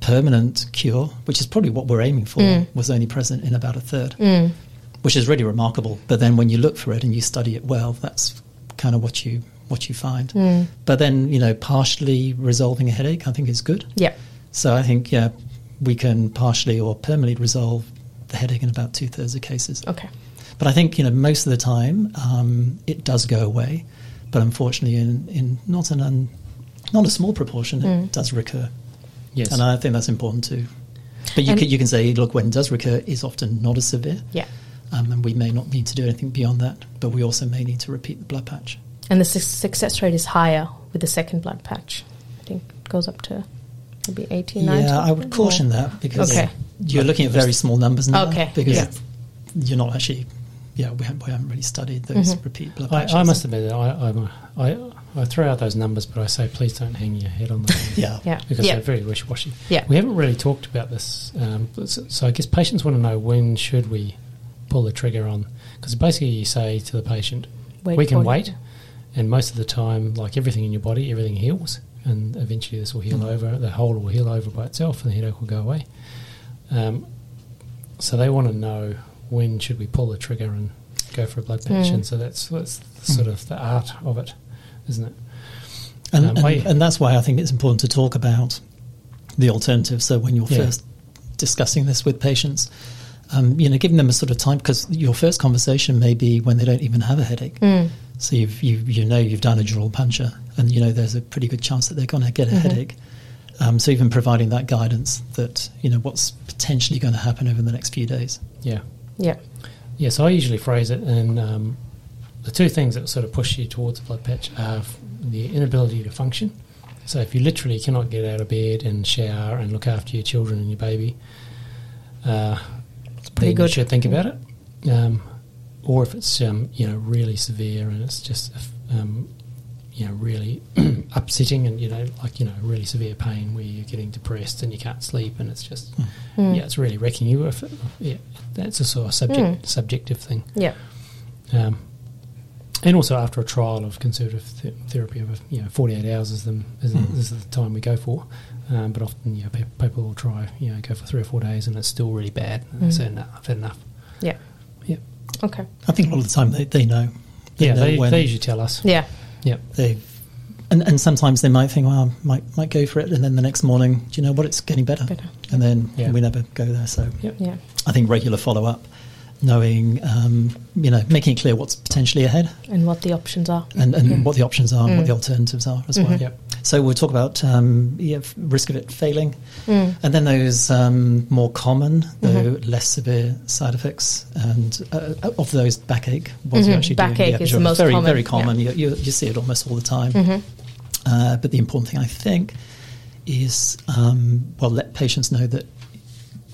Speaker 2: permanent cure, which is probably what we're aiming for,
Speaker 1: Mm.
Speaker 2: was only present in about a third.
Speaker 1: Mm.
Speaker 2: which is really remarkable. But then when you look for it and you study it well, that's kind of what you what you find.
Speaker 1: Mm.
Speaker 2: But then you know, partially resolving a headache, I think is good.
Speaker 1: Yeah.
Speaker 2: So I think yeah, we can partially or permanently resolve the headache in about two thirds of cases.
Speaker 1: Okay.
Speaker 2: But I think you know most of the time um, it does go away. But unfortunately, in, in not an un, not a small proportion,
Speaker 1: Mm.
Speaker 2: it does recur,
Speaker 3: Yes.
Speaker 2: and I think that's important too. But you
Speaker 1: And-
Speaker 2: can, you can say, look, when it does recur, is often not as severe
Speaker 1: Yeah.
Speaker 2: um, and we may not need to do anything beyond that, but we also may need to repeat the blood patch.
Speaker 1: And the su- success rate is higher with the second blood patch. I think it goes up to maybe 18, 19.
Speaker 2: yeah, I would caution that because
Speaker 1: Okay.
Speaker 2: you're looking at very small numbers now.
Speaker 1: Okay,
Speaker 2: Because
Speaker 1: yeah.
Speaker 2: you're not actually, yeah, we haven't, we haven't really studied those
Speaker 1: Mhm.
Speaker 2: repeat blood
Speaker 3: I,
Speaker 2: patches.
Speaker 3: I must admit that I, I'm a- I, I throw out those numbers, but I say please don't hang your head on them
Speaker 2: Yeah.
Speaker 1: Yeah.
Speaker 3: because
Speaker 1: yeah.
Speaker 3: they're very wishy-washy.
Speaker 1: Yeah.
Speaker 3: We haven't really talked about this, um, but so, so I guess patients want to know when should we pull the trigger on because basically you say to the patient, we can
Speaker 1: for it.
Speaker 3: wait, and most of the time, like everything in your body, everything heals, and eventually this will heal
Speaker 2: Mm.
Speaker 3: over. The whole will heal over by itself, and the headache will go away. Um, so they want to know when should we pull the trigger and go for a blood patch,
Speaker 1: Mm.
Speaker 3: and so that's that's the sort of the art of it, isn't it?
Speaker 2: And,
Speaker 3: Um,
Speaker 2: and,
Speaker 3: I-
Speaker 2: and that's why I think it's important to talk about the alternative. So when you're
Speaker 3: Yeah.
Speaker 2: first discussing this with patients, um, you know, giving them a sort of time because your first conversation may be when they don't even have a headache.
Speaker 1: Mm.
Speaker 2: So you've, you you know you've done a dural puncture, and you know there's a pretty good chance that they're going to get a
Speaker 3: Mm-hmm.
Speaker 2: headache. Um, so even providing that guidance that you know what's potentially going to happen over the next few days.
Speaker 3: Yeah.
Speaker 1: Yeah.
Speaker 3: Yeah, so I usually phrase it in um, the two things that sort of push you towards a blood patch are f- the inability to function. So if you literally cannot get out of bed and shower and look after your children and your baby, uh,
Speaker 1: pretty
Speaker 3: then you
Speaker 1: good. Mm.
Speaker 3: should think about it. Um, or if it's um, you know really severe and it's just um, you know really upsetting and you know like you know really severe pain where you're getting depressed and you can't sleep and it's just
Speaker 1: Mm.
Speaker 3: yeah, it's really wrecking you. If it, yeah, that's a sort of subject,
Speaker 1: Mm.
Speaker 3: subjective thing.
Speaker 1: Yeah.
Speaker 3: Um, and also after a trial of conservative th- therapy of you know 48 hours is, them, is,
Speaker 2: Mm.
Speaker 3: is the time we go for. Um, but often you know, pe- people will try you know go for three or four days and it's still really bad. And they
Speaker 1: Mm.
Speaker 3: say no, I've had enough.
Speaker 1: Okay.
Speaker 2: I think a lot of the time they, they know.
Speaker 3: yeah,
Speaker 2: know
Speaker 3: they,
Speaker 2: when
Speaker 3: they usually tell us.
Speaker 1: Yeah.
Speaker 2: they- and, and sometimes they might think, well, I might might go for it, and then the next morning, do you know what? It's getting better,
Speaker 1: Better.
Speaker 2: and then
Speaker 3: Yeah.
Speaker 2: we never go there. So
Speaker 1: Yeah.
Speaker 2: I think regular follow up, knowing, um, you know, making it clear what's potentially ahead
Speaker 1: And what the options are.
Speaker 2: and, and
Speaker 3: Mm-hmm.
Speaker 2: what the options are, and
Speaker 1: Mm.
Speaker 2: what the alternatives are as well.
Speaker 1: Mhm.
Speaker 3: Yep.
Speaker 2: So we'll talk about um, yeah, f- risk of it failing,
Speaker 1: Mm.
Speaker 2: and then those um, more common, though
Speaker 1: Mm-hmm.
Speaker 2: less severe side effects. And uh, of those, backache was
Speaker 1: Mhm.
Speaker 2: you actually doing
Speaker 1: Backache is the
Speaker 2: epidural.
Speaker 1: most
Speaker 2: very
Speaker 1: common,
Speaker 2: very
Speaker 1: yeah.
Speaker 2: common. You, you, you see it almost all the time.
Speaker 1: Mhm.
Speaker 2: Uh, but the important thing I think is um, well, let patients know that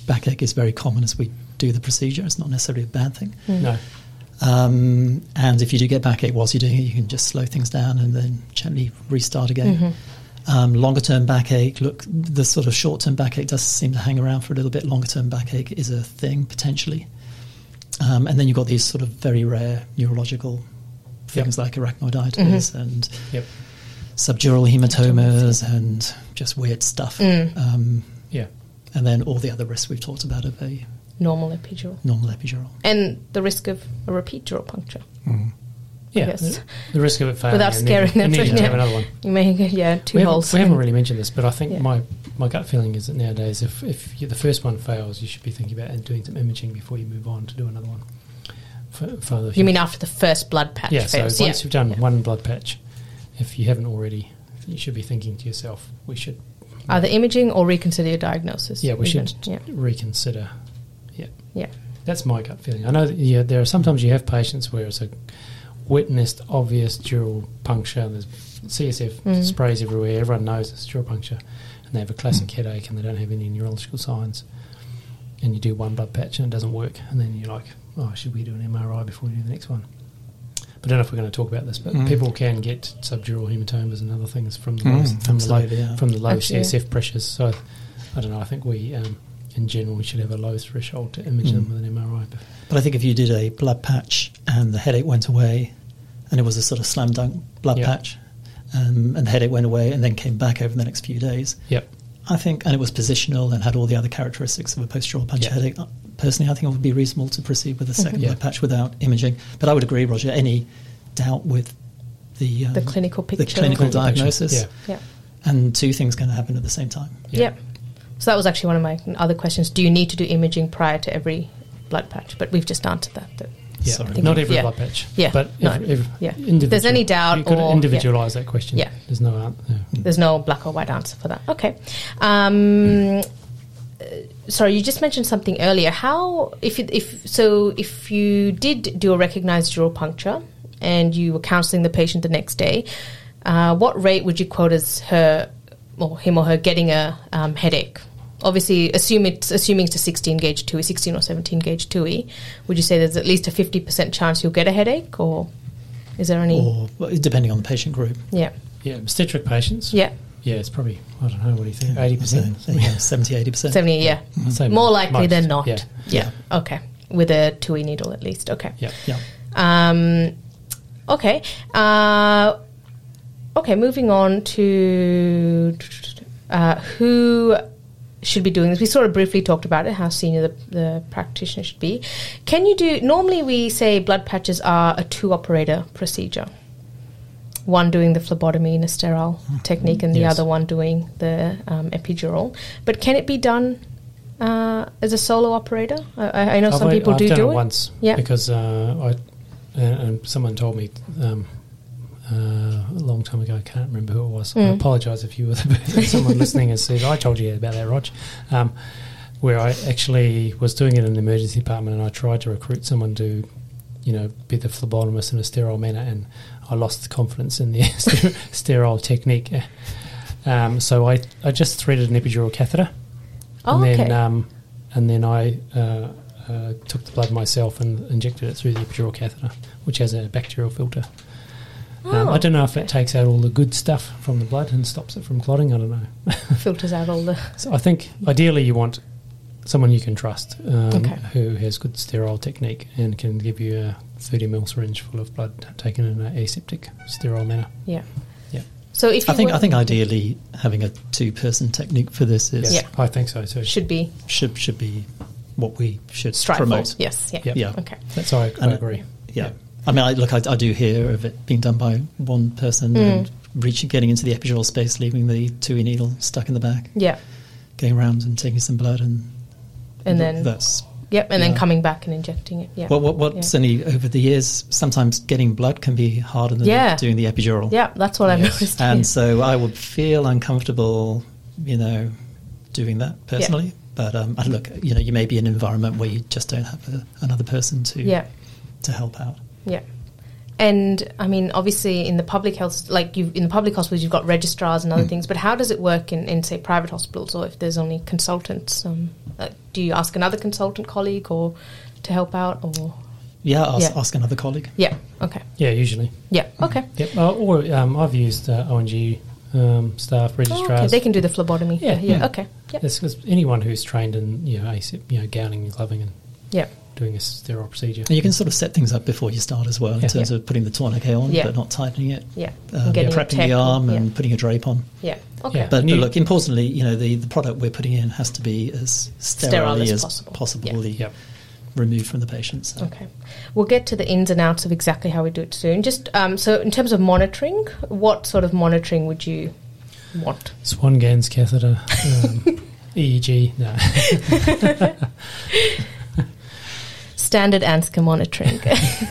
Speaker 2: backache is very common, as we do the procedure. It's not necessarily a bad thing.
Speaker 1: Mm.
Speaker 3: No.
Speaker 2: Um, and if you do get backache whilst you're doing it, you can just slow things down and then gently restart again. Um, longer term backache, look, the sort of short term backache does seem to hang around for a little bit. Longer term backache is a thing potentially. Um, and then you've got these sort of very rare neurological things like arachnoiditis and
Speaker 3: Yep.
Speaker 2: subdural hematomas and just weird stuff. Um,
Speaker 3: Yeah.
Speaker 2: and then all the other risks we've talked about of a
Speaker 1: normal epidural,
Speaker 2: normal epidural.
Speaker 1: and the risk of a repeat dural puncture.
Speaker 3: Yeah.
Speaker 1: Yes.
Speaker 3: The, the risk of it failing
Speaker 1: Without
Speaker 3: and needing-
Speaker 1: scaring
Speaker 3: and needing
Speaker 1: everyone,
Speaker 3: to
Speaker 1: yeah.
Speaker 3: have another one.
Speaker 1: You may yeah two
Speaker 3: we
Speaker 1: holes.
Speaker 3: Haven't, we haven't really mentioned this, but I think
Speaker 1: Yeah.
Speaker 3: my, my gut feeling is that nowadays, if, if you, the first one fails, you should be thinking about and doing some imaging before you move on to do another one. For, for the-
Speaker 1: you mean after the first blood patch
Speaker 3: yeah?
Speaker 1: fails?
Speaker 3: So once you've done
Speaker 1: Yeah.
Speaker 3: one blood patch, if you haven't already, you should be thinking to yourself, we should
Speaker 1: either imaging or reconsider your diagnosis.
Speaker 3: Yeah, we
Speaker 1: even.
Speaker 3: should-
Speaker 1: Yeah,
Speaker 3: reconsider. Yeah,
Speaker 1: yeah.
Speaker 3: that's my gut feeling. I know that, yeah, there are sometimes you have patients where it's a witnessed obvious dural puncture. And there's CSF
Speaker 1: Mm.
Speaker 3: sprays everywhere. Everyone knows it's dural puncture, and they have a classic headache, and they don't have any neurological signs. And you do one blood patch, and it doesn't work. And then you're like, oh, should we do an MRI before we do the next one? I don't know if we're going to talk about this, but
Speaker 2: Mm.
Speaker 3: people can get subdural hematomas and other things from the, low, from the low,
Speaker 2: absolutely, yeah.
Speaker 3: from the low
Speaker 1: Actually, yeah.
Speaker 3: CSF pressures. So I don't know. I think we, um, in general, we should have a low threshold to image them with an MRI. But
Speaker 2: But I think if you did a blood patch and the headache went away, and it was a sort of slam dunk blood
Speaker 3: Yeah.
Speaker 2: patch, um, and the headache went away and then came back over the next few days,
Speaker 3: yep,
Speaker 2: I think, and it was positional and had all the other characteristics of a postural puncture
Speaker 3: Yeah.
Speaker 2: headache. uh, Personally, I think it would be reasonable to proceed with a second
Speaker 3: Yeah.
Speaker 2: blood patch without imaging. But I would agree, Roger. Any doubt with the um,
Speaker 1: The clinical
Speaker 2: the
Speaker 1: picture.
Speaker 2: clinical
Speaker 1: Clinical
Speaker 2: diagnosis,
Speaker 3: Yeah.
Speaker 1: yeah.
Speaker 2: and two things can happen at the same time.
Speaker 3: Yeah.
Speaker 1: Yep. So that was actually one of my other questions. Do you need to do imaging prior to every blood patch? But we've just answered that. that
Speaker 3: Yeah,
Speaker 2: Sorry.
Speaker 3: not every
Speaker 1: Yeah.
Speaker 3: blood patch.
Speaker 1: Yeah,
Speaker 3: but
Speaker 1: no.
Speaker 3: every, every
Speaker 1: Yeah. If there's
Speaker 3: individual.
Speaker 1: any doubt
Speaker 3: you could
Speaker 1: or-
Speaker 3: individualise that question.
Speaker 1: Yeah.
Speaker 3: there's no answer.
Speaker 1: There's no black or white answer for that. Okay. Um, uh, sorry, you just mentioned something earlier. How if you, if so if you did do a recognized dural puncture and you were counseling the patient the next day, uh, what rate would you quote as her or him or her getting a um, headache? Obviously, assume it's assuming it's a 16 gauge TUI, 16 or 17 gauge TUI. Would you say there's at least a 50% chance you'll get a headache, or is there any?
Speaker 2: Or well, depending on the patient group,
Speaker 1: Yeah,
Speaker 3: Yeah, obstetric patients.
Speaker 1: yeah,
Speaker 3: yeah, it's probably I don't know what do you think, eighty percent.
Speaker 2: So, yeah, 70, 80 percent.
Speaker 1: 70, yeah.
Speaker 3: Mm.
Speaker 1: More likely than not.
Speaker 3: Yeah,
Speaker 1: Yeah. Okay. With a two E needle at least. Okay.
Speaker 3: yeah.
Speaker 2: Yeah.
Speaker 1: Um, okay. Uh, okay. Moving on to uh, who should be doing this. We sort of briefly talked about it, how senior the, the practitioner should be. Can you do? Normally, we say blood patches are a two operator procedure. One doing the phlebotomy in a sterile technique, and the
Speaker 3: Hmm. Yes.
Speaker 1: other one doing the um, epidural. But can it be done uh, as a solo operator? I- I, I know
Speaker 3: I've,
Speaker 1: some
Speaker 3: only-
Speaker 1: people
Speaker 3: I've
Speaker 1: do
Speaker 3: done
Speaker 1: do
Speaker 3: it
Speaker 1: it.
Speaker 3: once.
Speaker 1: Yeah.
Speaker 3: because uh, I and, and someone told me. Um, uh, a long time ago, I can't remember who it was. I
Speaker 1: Mm.
Speaker 3: apologise if you were the person, someone listening and said, "I told you about that, Rog." Um, where I actually was doing it in the emergency department, and I tried to recruit someone to, you know, be the phlebotomist in a sterile manner, and I lost confidence in the ster- sterile technique. Um, so I, I just threaded an epidural catheter,
Speaker 1: Oh,
Speaker 3: and then
Speaker 1: okay.
Speaker 3: um, and then I uh, uh, took the blood myself and injected it through the epidural catheter, which has a bacterial filter. Um,
Speaker 1: Oh,
Speaker 3: I don't know if
Speaker 1: okay.
Speaker 3: it takes out all the good stuff from the blood and stops it from clotting. I don't know.
Speaker 1: filters out all the
Speaker 3: So I think ideally you want someone you can trust um,
Speaker 1: Okay.
Speaker 3: who has good sterile technique and can give you a 30 ml syringe full of blood taken in an aseptic, sterile manner.
Speaker 1: yeah.
Speaker 3: Yeah.
Speaker 1: So if you
Speaker 2: I think
Speaker 1: were-
Speaker 2: I think ideally having a two-person technique for this is
Speaker 1: Yeah.
Speaker 3: I think so too.
Speaker 1: should be
Speaker 2: should should be what we should
Speaker 1: strive
Speaker 2: promote.
Speaker 1: for. Yes. Yeah.
Speaker 3: Yep.
Speaker 2: Yeah.
Speaker 1: Okay.
Speaker 3: That's I, I
Speaker 2: And-
Speaker 3: agree.
Speaker 2: Yeah. I mean, I, look, I, I do hear of it being done by one person and
Speaker 1: Mm.
Speaker 2: reaching, getting into the epidural space, leaving the two e needle stuck in the back,
Speaker 1: Yeah.
Speaker 2: going around and taking some blood, and
Speaker 1: And then
Speaker 2: that's
Speaker 1: yep, and then
Speaker 2: yeah.
Speaker 1: coming back and injecting it. Yeah.
Speaker 2: what what what
Speaker 1: Yeah.
Speaker 2: certainly over the years. Sometimes getting blood can be harder than
Speaker 1: Yeah.
Speaker 2: doing the epidural.
Speaker 1: yeah, that's what I've
Speaker 3: Yes.
Speaker 1: noticed.
Speaker 2: And so I would feel uncomfortable, you know, doing that personally. But um, and look, you know, you may be in an environment where you just don't have a, another person to
Speaker 1: yeah.
Speaker 2: to help out.
Speaker 1: Yeah. And I mean, obviously, in the public health, like you in the public hospitals, you've got registrars and
Speaker 2: Mm.
Speaker 1: other things. But how does it work in, in say private hospitals, or if there's only consultants? Um, uh, do you ask another consultant colleague or to help out, or
Speaker 2: Yeah, ask,
Speaker 1: Yeah.
Speaker 2: ask another colleague.
Speaker 1: yeah, okay,
Speaker 3: Yeah, usually.
Speaker 1: yeah, okay.
Speaker 3: Yep. Uh, or um, I've used uh, ONG um, staff
Speaker 1: Oh,
Speaker 3: registrars.
Speaker 1: okay, they can do the phlebotomy.
Speaker 3: Yeah,
Speaker 1: Yeah, yeah,
Speaker 2: yeah. Mm.
Speaker 1: okay, yeah,
Speaker 3: It's, it's anyone who's trained in you know, ASIP, you know gowning and gloving and
Speaker 1: yeah,
Speaker 3: doing a sterile procedure.
Speaker 2: And you can sort of set things up before you start as well in
Speaker 3: Yeah.
Speaker 2: terms of putting the tourniquet on,
Speaker 1: Yeah.
Speaker 2: but not tightening it.
Speaker 1: yeah.
Speaker 2: Um,
Speaker 1: Getting a
Speaker 2: prepping
Speaker 1: tech-
Speaker 2: the arm
Speaker 1: yeah,
Speaker 2: and putting a drape on.
Speaker 1: yeah, okay,
Speaker 3: Yeah.
Speaker 2: But,
Speaker 3: And
Speaker 2: but
Speaker 3: you-
Speaker 2: look, importantly, you know, the, the product we're putting in has to be as
Speaker 1: Sterile
Speaker 2: sterile
Speaker 1: as
Speaker 2: as
Speaker 1: possible.
Speaker 2: possibly
Speaker 3: Yep.
Speaker 2: removed from the patient. So.
Speaker 1: Okay. We'll get to the ins and outs of exactly how we do it soon. Just um, so, in terms of monitoring, what sort of monitoring would you want?
Speaker 3: Swan Gans catheter, um, EEG. No.
Speaker 1: Standard ANSCA monitoring.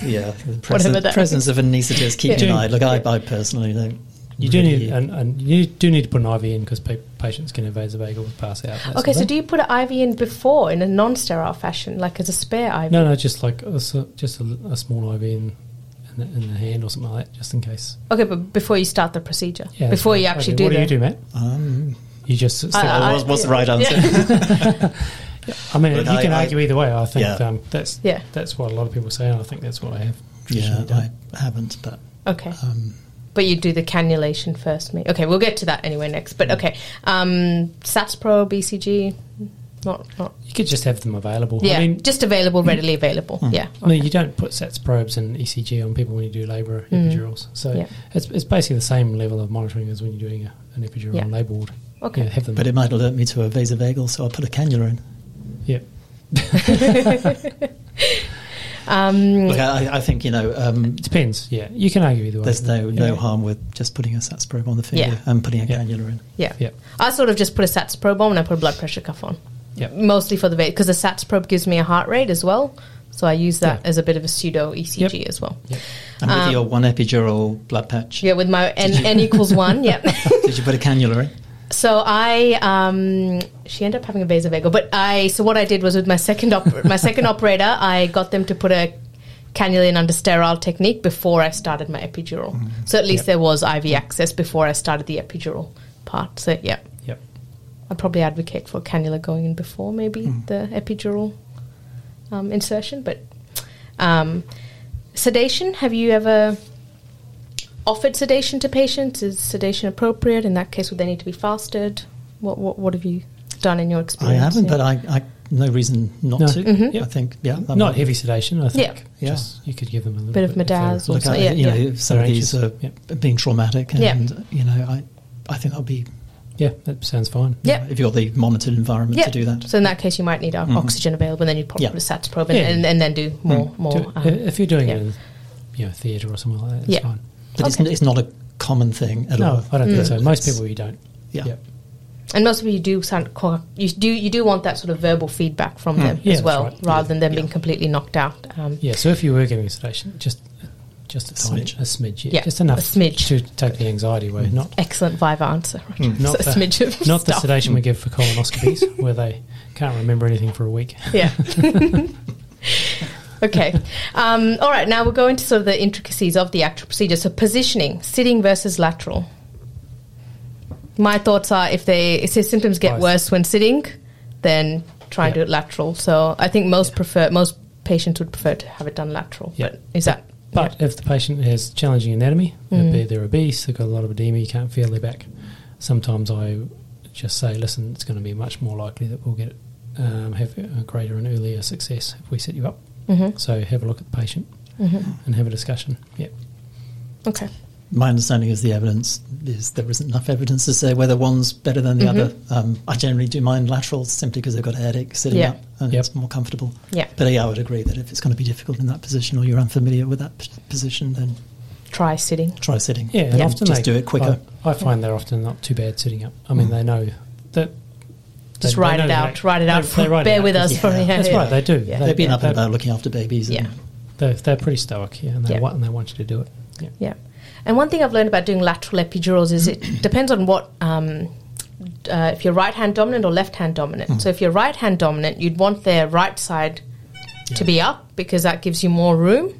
Speaker 2: Yeah, the
Speaker 1: Whatever
Speaker 2: presence,
Speaker 1: that
Speaker 2: presence of anaesthetist keep
Speaker 1: Yeah.
Speaker 2: an eye. Look, I, I personally don't.
Speaker 3: You do
Speaker 2: really-
Speaker 3: need and, and you do need to put an IV in because pa- patients can have vasovagal pass out. that
Speaker 1: okay,
Speaker 3: sort
Speaker 1: so
Speaker 3: of
Speaker 1: do you put an IV in before in a non sterile fashion, like as a spare IV?
Speaker 3: thing. no, no, just like a, s- just a, a small IV in, in, the, in the hand or something like that, just in case.
Speaker 1: Okay, but before you start the procedure,
Speaker 3: Yeah, that's
Speaker 1: before
Speaker 3: fine.
Speaker 1: you actually
Speaker 3: Okay,
Speaker 1: do
Speaker 3: what
Speaker 1: that.
Speaker 3: do you do, Matt?
Speaker 2: Um,
Speaker 3: You just. sit-
Speaker 1: I-
Speaker 2: Well, what's- what's the right answer?
Speaker 3: I mean,
Speaker 2: Look,
Speaker 3: you
Speaker 2: I-
Speaker 3: can
Speaker 2: I-
Speaker 3: argue either way. I think
Speaker 2: Yeah.
Speaker 3: um, that's
Speaker 1: Yeah.
Speaker 3: that's what a lot of people say, and I think that's what I have.
Speaker 2: yeah,
Speaker 3: traditionally done.
Speaker 2: I haven't, but
Speaker 1: Okay,
Speaker 2: um,
Speaker 1: but you do the cannulation first. Me. Okay, we'll get to that anyway next. But okay, um, SATS Pro, BCG, not not.
Speaker 3: You could just have them available.
Speaker 1: Yeah,
Speaker 3: I mean, mm.
Speaker 1: just available, readily available. Yeah.
Speaker 3: I mean, you don't put SATS probes and ECG on people when you do labour epidurals. So
Speaker 1: Mm. Yeah.
Speaker 3: it's, it's basically the same level of monitoring as when you're doing a, an epidural
Speaker 1: Yeah.
Speaker 3: on labour ward.
Speaker 1: Okay.
Speaker 3: Yeah, have them.
Speaker 2: but it might alert me to a vasovagal, so I'll put a cannula in.
Speaker 3: yeah.
Speaker 1: Um,
Speaker 2: Look, I, I think you know. Um,
Speaker 3: Depends. Yeah. You can argue either way.
Speaker 2: there's no no
Speaker 3: Yeah.
Speaker 2: harm with just putting a sats probe on the finger
Speaker 1: Yeah.
Speaker 2: and putting a
Speaker 3: Yeah.
Speaker 2: cannula in.
Speaker 1: Yeah.
Speaker 3: Yeah.
Speaker 1: I sort of just put a SATS probe on and I put a blood pressure cuff on.
Speaker 3: Yeah.
Speaker 1: Mostly for the vein, because the SATS probe gives me a heart rate as well. So I use that
Speaker 3: Yeah.
Speaker 1: as a bit of a pseudo ECG
Speaker 3: Yep.
Speaker 1: as well.
Speaker 2: And
Speaker 1: Um,
Speaker 2: with your one epidural blood patch,
Speaker 1: Yeah, with my N, N equals one. Yep.
Speaker 2: did you put a cannula in?
Speaker 1: So I, um, she ended up having a vasovagal, but I. So what I did was with my second op- my second operator, I got them to put a cannula in under sterile technique before I started my epidural.
Speaker 2: Mm-hmm.
Speaker 1: So at least
Speaker 3: Yep.
Speaker 1: there was IV access before I started the epidural part. So yeah,
Speaker 3: Yep.
Speaker 1: I'd probably advocate for cannula going in before maybe
Speaker 2: Mm.
Speaker 1: the epidural um, insertion. But um, sedation, have you ever offered sedation to patients? Is sedation appropriate? In that case, would they need to be fasted? What what, what have you done in your
Speaker 2: I
Speaker 1: experience?
Speaker 2: haven't,
Speaker 1: Yeah.
Speaker 2: but I, I no reason not
Speaker 3: No.
Speaker 2: to.
Speaker 1: Mhm.
Speaker 2: I think yeah, that
Speaker 3: Not
Speaker 2: might-
Speaker 3: heavy sedation, I think.
Speaker 2: Yeah.
Speaker 3: Just, you could give them a little
Speaker 1: Bit of
Speaker 3: if they're-
Speaker 1: Madaz or
Speaker 2: Look, I,
Speaker 1: Yeah,
Speaker 2: you know,
Speaker 1: yeah.
Speaker 2: if some of these are
Speaker 3: Arranges. Yeah.
Speaker 2: being traumatic, and
Speaker 1: Yeah.
Speaker 2: you know, I I think that'll be
Speaker 3: Yeah, that sounds fine.
Speaker 1: Yeah.
Speaker 2: if you've got the monitored environment
Speaker 1: Yeah.
Speaker 2: to do that.
Speaker 1: So in that case, you might need our oxygen available, and then you'd probably
Speaker 2: Yeah.
Speaker 1: put a SATS probe in,
Speaker 3: Mm-hmm. Yeah. Mm.
Speaker 1: and, and then do more more.
Speaker 3: Do-
Speaker 1: um,
Speaker 3: if you're doing
Speaker 1: yeah.
Speaker 3: it in you know, theatre or something like that, that's
Speaker 1: Yeah.
Speaker 3: fine.
Speaker 2: But it's,
Speaker 1: Okay. Mm.
Speaker 2: it's not a common thing at
Speaker 3: No,
Speaker 2: all.
Speaker 3: I don't think
Speaker 2: But
Speaker 3: so. Most
Speaker 2: it's-
Speaker 3: people you don't.
Speaker 2: yeah.
Speaker 3: Yeah.
Speaker 1: uh, And most people you do sound co- you do you do want that sort of verbal feedback from them
Speaker 3: Mm. Yeah,
Speaker 1: as
Speaker 3: that's
Speaker 1: well,
Speaker 3: right.
Speaker 1: rather
Speaker 3: Yeah.
Speaker 1: than them
Speaker 2: Yeah.
Speaker 1: being completely knocked out. Um,
Speaker 3: Yeah, so if you were giving sedation, just just a tiny-
Speaker 2: Smidge.
Speaker 3: a smidge, yeah,
Speaker 1: Yeah,
Speaker 3: just enough
Speaker 1: a smidge.
Speaker 3: to take the anxiety away. Not
Speaker 1: Excellent Viva answer.
Speaker 3: Mm. not
Speaker 1: So
Speaker 3: the,
Speaker 1: smidge of
Speaker 3: not the
Speaker 1: stuff.
Speaker 3: sedation we give for colonoscopies, where they can't remember anything for a week.
Speaker 1: Yeah. okay. Um, all right. Now we'll go into sort of the intricacies of the actual procedure. So positioning, sitting versus lateral. My thoughts are if they if their symptoms get
Speaker 3: Both.
Speaker 1: worse when sitting, then try and
Speaker 3: Yeah.
Speaker 1: do it lateral. So I think most prefer most patients would prefer to have it done lateral.
Speaker 3: Yeah.
Speaker 1: But is that
Speaker 3: But if the patient has challenging anatomy,
Speaker 1: Mm-hmm.
Speaker 3: they're, they're obese, they've got a lot of edema, you can't feel their back. Sometimes I just say, listen, it's going to be much more likely that we'll get um, have a greater and earlier success if we set you up.
Speaker 1: Mhm.
Speaker 3: So have a look at the patient
Speaker 1: Mm-hmm.
Speaker 3: and have a discussion. Yeah,
Speaker 1: okay?
Speaker 2: My understanding is the evidence is there isn't enough evidence to say whether one's better than the other. Um, I generally do mine lateral simply because I've got a headache sitting
Speaker 1: Mm-hmm. Yeah.
Speaker 2: up and
Speaker 3: Yep.
Speaker 2: it's more comfortable.
Speaker 1: Yeah.
Speaker 2: But yeah, I would agree that if it's going to be difficult in that position or you're unfamiliar with that p- position, then
Speaker 1: Try sitting.
Speaker 2: try sitting.
Speaker 3: yeah, and
Speaker 1: Yeah.
Speaker 3: often
Speaker 2: Just
Speaker 3: they,
Speaker 2: do it quicker. Mm.
Speaker 3: I, I find they're often not too bad sitting up. I mean, they know that.
Speaker 1: Just
Speaker 3: they-
Speaker 1: write
Speaker 3: they
Speaker 1: it
Speaker 3: know
Speaker 1: out.
Speaker 3: that-
Speaker 1: write it
Speaker 3: they-
Speaker 1: out.
Speaker 3: they write it
Speaker 1: Bear
Speaker 3: out.
Speaker 1: with us.
Speaker 2: Yeah.
Speaker 1: For, yeah,
Speaker 3: That's
Speaker 1: yeah.
Speaker 3: right, they do.
Speaker 1: Yeah.
Speaker 3: They,
Speaker 2: They've been up and
Speaker 3: they-
Speaker 2: about looking after babies. and-
Speaker 1: Yeah.
Speaker 3: They're, they're pretty stoic, yeah, and they,
Speaker 1: Yeah.
Speaker 3: want, and they want you to do it. Yeah.
Speaker 1: Yeah. And one thing I've learned about doing lateral epidurals is it depends on what, um, uh, if you're right hand dominant or left hand dominant. So if you're right hand dominant, you'd want their right side to be up because that gives you more room.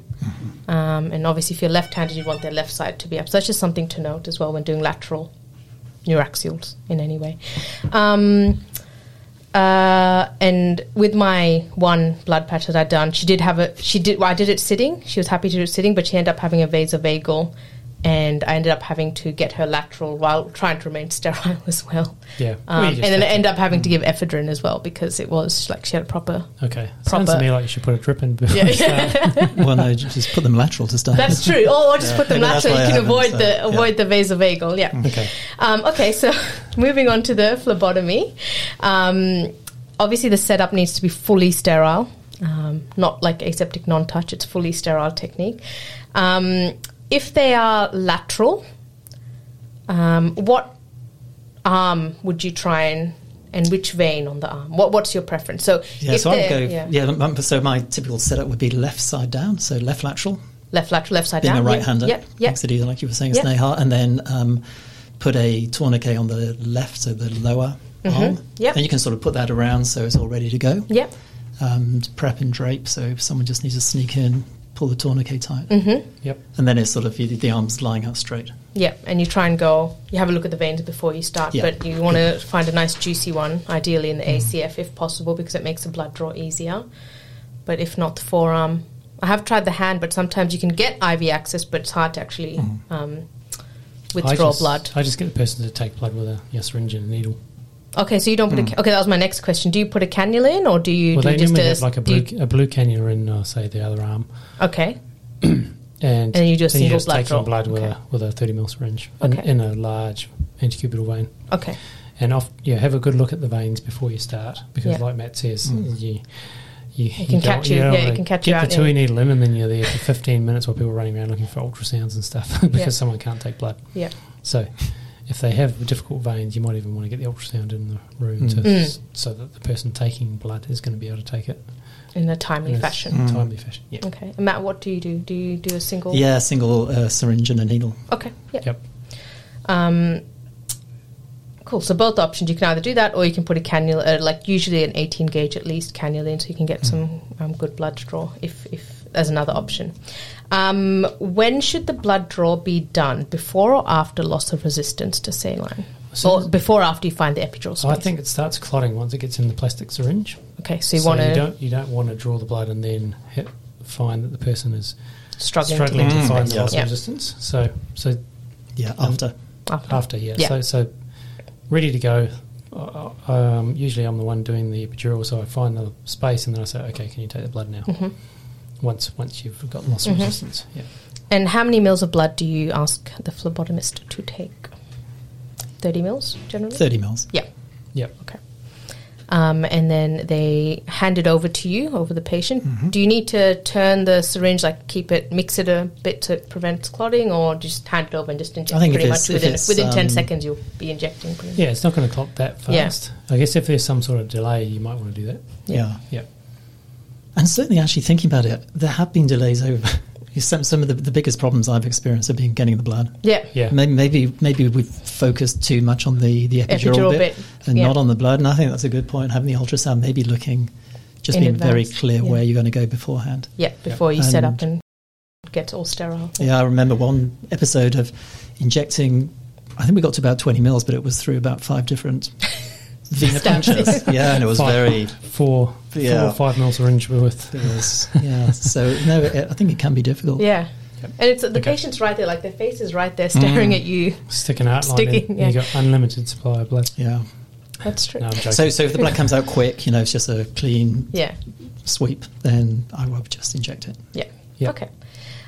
Speaker 1: Um, and obviously, if you're left handed, you want their left side to be up. So that's just something to note as well when doing lateral neuraxials in any way. Um, uh, and with my one blood patch that I'd done, she did have a she did well, I did it sitting. She was happy to do it sitting, but she ended up having a vasovagal, and I ended up having to get her lateral while trying to remain sterile as well.
Speaker 3: Yeah.
Speaker 1: Um,
Speaker 3: Well, you
Speaker 1: and
Speaker 3: just
Speaker 1: then I
Speaker 3: have Mm.
Speaker 1: ended up having to give ephedrine as well because it was like she had a proper.
Speaker 3: to- okay. Sounds to
Speaker 1: proper-
Speaker 3: me like you should put a drip in before
Speaker 1: Yeah.
Speaker 3: you start.
Speaker 2: well, no, ju- just put them lateral to start.
Speaker 1: That's true. Oh, or just
Speaker 2: Yeah.
Speaker 1: put them
Speaker 2: Maybe that's
Speaker 1: lateral.
Speaker 2: why
Speaker 1: You
Speaker 2: I
Speaker 1: can
Speaker 2: haven't,
Speaker 1: avoid
Speaker 2: so,
Speaker 1: the
Speaker 2: yeah. Mm.
Speaker 1: avoid the vasovagal. Yeah.
Speaker 3: okay.
Speaker 1: Um, okay, so moving on to the phlebotomy. Um, obviously, the setup needs to be fully sterile, um, not like aseptic non touch, it's fully sterile technique. Um, if they are lateral, um, what arm would you try and and which vein on the arm? What, what's your preference? So,
Speaker 2: Yeah,
Speaker 1: if
Speaker 2: so I would go.
Speaker 1: they're-
Speaker 2: Yeah. um, so my typical setup would be left side down, so left lateral,
Speaker 1: left lateral, left side
Speaker 2: being
Speaker 1: down.
Speaker 2: a right hander.
Speaker 1: Yep, yep.
Speaker 2: Makes it easier, like you were saying,
Speaker 1: Yep.
Speaker 2: Sneha, and then um, put a tourniquet on the left, so the lower arm.
Speaker 1: Mm-hmm. Yep.
Speaker 2: And you can sort of put that around so it's all ready to go.
Speaker 1: Yep.
Speaker 2: Um, to prep and drape, so if someone just needs to sneak in, pull the tourniquet tight,
Speaker 1: Mm-hmm.
Speaker 3: Yep.
Speaker 2: and then it's sort of the, the arms lying out straight.
Speaker 1: Yeah, and you try and go, you have a look at the veins before you start,
Speaker 2: Yeah.
Speaker 1: but you want to find a nice juicy one, ideally in the
Speaker 3: Mm.
Speaker 1: ACF if possible, because it makes the blood draw easier. But if not, the forearm. I have tried the hand, but sometimes you can get IV access, but it's hard to actually um,
Speaker 3: Mm. I
Speaker 1: withdraw
Speaker 3: just-
Speaker 1: blood.
Speaker 3: I just get the person to take blood with a yeah, syringe and a needle.
Speaker 1: Okay, so you don't put a. ca- Okay, that was my next question. Do you put a cannula in, or do you
Speaker 3: Mm. well,
Speaker 1: do
Speaker 3: they
Speaker 1: just
Speaker 3: normally
Speaker 1: a,
Speaker 3: have like a
Speaker 1: do
Speaker 3: blue,
Speaker 1: you-
Speaker 3: a blue cannula in, uh, say, the other arm.
Speaker 1: Okay,
Speaker 3: And,
Speaker 1: And you do a
Speaker 3: then
Speaker 1: single
Speaker 3: just
Speaker 1: blood
Speaker 3: take your
Speaker 1: draw.
Speaker 3: blood with,
Speaker 1: Okay.
Speaker 3: a, with a 30 mil syringe in,
Speaker 1: Okay.
Speaker 3: in a large anticubital vein.
Speaker 1: okay,
Speaker 3: And off, yeah, have a good look at the veins before you start because,
Speaker 1: Yeah.
Speaker 3: like Matt says, you, you,
Speaker 1: It can
Speaker 3: don't-
Speaker 1: catch you-
Speaker 3: don't
Speaker 1: yeah, it
Speaker 3: wanna
Speaker 1: can catch
Speaker 3: get
Speaker 1: you out,
Speaker 3: the two
Speaker 1: yeah.
Speaker 3: needle in, and then you're there for 15 minutes while people are running around looking for ultrasounds and stuff because
Speaker 1: Yeah.
Speaker 3: someone can't take blood.
Speaker 1: yeah.
Speaker 3: So, if they have difficult veins, you might even want to get the ultrasound in the room to,
Speaker 1: Mm.
Speaker 3: s- so that the person taking blood is going to be able to take it
Speaker 1: in a timely
Speaker 3: in a
Speaker 1: fashion.
Speaker 2: Mm.
Speaker 3: timely fashion. Yeah.
Speaker 1: Okay, and Matt, what do you do? Do you do a single?
Speaker 2: Yeah, single uh, syringe and a needle.
Speaker 1: Okay. Yeah.
Speaker 3: Yep.
Speaker 1: Um, cool. So both options. You can either do that, or you can put a cannula, uh, like usually an 18 gauge at least cannula, in so you can get some um, good blood draw. If if as another option. Um, when should the blood draw be done? Before or after loss of resistance to saline?
Speaker 3: So-
Speaker 1: or before or after you find the epidural
Speaker 3: So
Speaker 1: space?
Speaker 3: I think it starts clotting once it gets in the plastic syringe.
Speaker 1: Okay, so you
Speaker 3: So
Speaker 1: want
Speaker 3: you
Speaker 1: to
Speaker 3: don't you don't want to draw the blood and then hit, find that the person is
Speaker 1: struggle
Speaker 3: struggling to
Speaker 2: Mm,
Speaker 3: find the
Speaker 2: yeah.
Speaker 3: loss of
Speaker 1: Yeah.
Speaker 3: resistance. So so
Speaker 2: Yeah,
Speaker 3: Um,
Speaker 2: after.
Speaker 1: after.
Speaker 3: after yeah,
Speaker 1: Yeah.
Speaker 3: so so ready to go. Uh, Um, usually I'm the one doing the epidural, so I find the space and then I say, okay, can you take the blood now? Once once you've got loss of resistance, yeah.
Speaker 1: And how many mils of blood do you ask the phlebotomist to take? 30 mils generally?
Speaker 2: 30 mils.
Speaker 1: Yeah.
Speaker 3: Yep.
Speaker 1: Okay. Um, and then they hand it over to you, over the patient.
Speaker 2: Mm-hmm.
Speaker 1: Do you need to turn the syringe, like keep it, mix it a bit to prevent clotting, or just hand it over and just inject
Speaker 2: I think
Speaker 1: pretty
Speaker 2: if
Speaker 1: much
Speaker 2: it's- if
Speaker 1: within,
Speaker 2: it's,
Speaker 1: within 10
Speaker 2: um,
Speaker 1: seconds you'll be injecting? Pretty much.
Speaker 3: Yeah, it's not going to clot that
Speaker 1: Yeah.
Speaker 3: fast. I guess if there's some sort of delay, you might want to do that.
Speaker 1: Yeah.
Speaker 2: yeah.
Speaker 3: Yeah.
Speaker 2: And certainly, actually thinking about it, there have been delays over. Some, some of the, the biggest problems I've experienced have been getting the blood.
Speaker 1: Yeah.
Speaker 3: Yeah.
Speaker 2: Maybe, maybe maybe we've focused too much on the, the epidural,
Speaker 1: Epidural
Speaker 2: bit,
Speaker 1: bit,
Speaker 2: and
Speaker 1: yeah.
Speaker 2: not on the blood. And I think that's a good point. Having the ultrasound, maybe looking, just
Speaker 1: In
Speaker 2: being very
Speaker 1: advance,
Speaker 2: clear
Speaker 1: yeah.
Speaker 2: where you're going to go beforehand.
Speaker 1: Yeah, before you set up
Speaker 2: And-
Speaker 1: and get all sterile.
Speaker 2: Yeah, I remember one episode of injecting. I think we got to about twenty mils, but it was through about five different venipunctures. yeah, and it was
Speaker 3: Five.
Speaker 2: very.
Speaker 3: Four, four
Speaker 2: Yeah.
Speaker 3: or five mil syringe worth.
Speaker 2: It was yeah. So no, it, I think it can be difficult.
Speaker 1: Yeah.
Speaker 3: Yep.
Speaker 1: And it's the
Speaker 3: Okay.
Speaker 1: patient's right there, like their face is right
Speaker 2: Mm.
Speaker 1: there staring at you.
Speaker 3: Stick an outline
Speaker 1: Sticking,
Speaker 3: in,
Speaker 1: yeah.
Speaker 3: you got unlimited supply of blood.
Speaker 2: yeah.
Speaker 1: That's true.
Speaker 3: No, I'm joking.
Speaker 2: So, so if the blood comes out quick, you know, it's just a clean
Speaker 1: Yeah.
Speaker 2: sweep, then I will just inject it.
Speaker 1: Yeah.
Speaker 3: Yeah.
Speaker 1: Okay.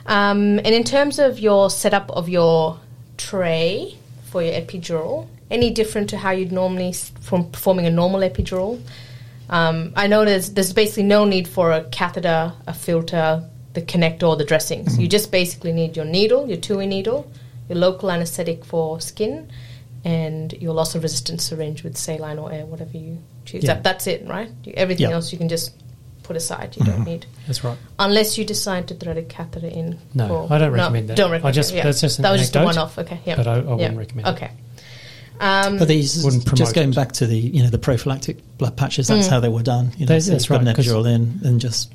Speaker 1: Um, and in terms of your setup of your tray for your epidural, any different to how you'd normally s- from performing a normal epidural? Um, I know there's, there's basically no need for a catheter, a filter, the connector, or the dressings.
Speaker 2: Mm-hmm.
Speaker 1: You just basically need your needle, your TUI needle, your local anesthetic for skin, and your loss of resistance syringe with saline or air, whatever you choose.
Speaker 2: Yeah.
Speaker 1: That, that's it, right? You, everything
Speaker 2: Yeah. Mm-hmm.
Speaker 1: else you can just put aside. You don't need
Speaker 3: That's right.
Speaker 1: unless you decide to thread a catheter in.
Speaker 3: No, I don't recommend that.
Speaker 1: Don't
Speaker 3: I
Speaker 1: recommend.
Speaker 3: just-
Speaker 1: that, yeah.
Speaker 3: that's just an
Speaker 1: that was just a
Speaker 3: anecdote,
Speaker 1: one-off. Okay, yeah,
Speaker 3: but I- I wouldn't
Speaker 1: yeah.
Speaker 3: recommend it.
Speaker 1: Okay, um,
Speaker 2: But these,
Speaker 3: Wouldn't promote
Speaker 2: just going
Speaker 3: it.
Speaker 2: back to the you know the prophylactic blood patches, that's how they were done. You know,
Speaker 3: That's-
Speaker 2: so
Speaker 3: that's
Speaker 2: put an
Speaker 3: right, 'cause-
Speaker 2: epidural in and just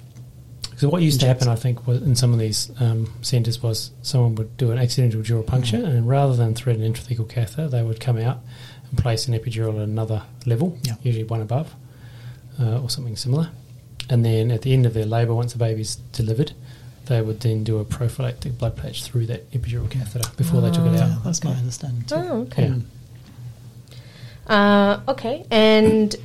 Speaker 3: Because what used to happen, I think, was in some of these um, centres was someone would do an accidental dural puncture,
Speaker 1: Mm-hmm.
Speaker 3: and rather than thread an intrathecal catheter, they would come out and place an epidural at another level,
Speaker 2: Yeah.
Speaker 3: usually one above uh, or something similar. And then at the end of their labour, once the baby's delivered, they would then do a prophylactic blood patch through that epidural catheter before they took it
Speaker 2: Yeah,
Speaker 1: Ah.
Speaker 3: out.
Speaker 2: that's my understanding. Too.
Speaker 1: Oh, okay.
Speaker 3: Yeah.
Speaker 1: Uh, okay, and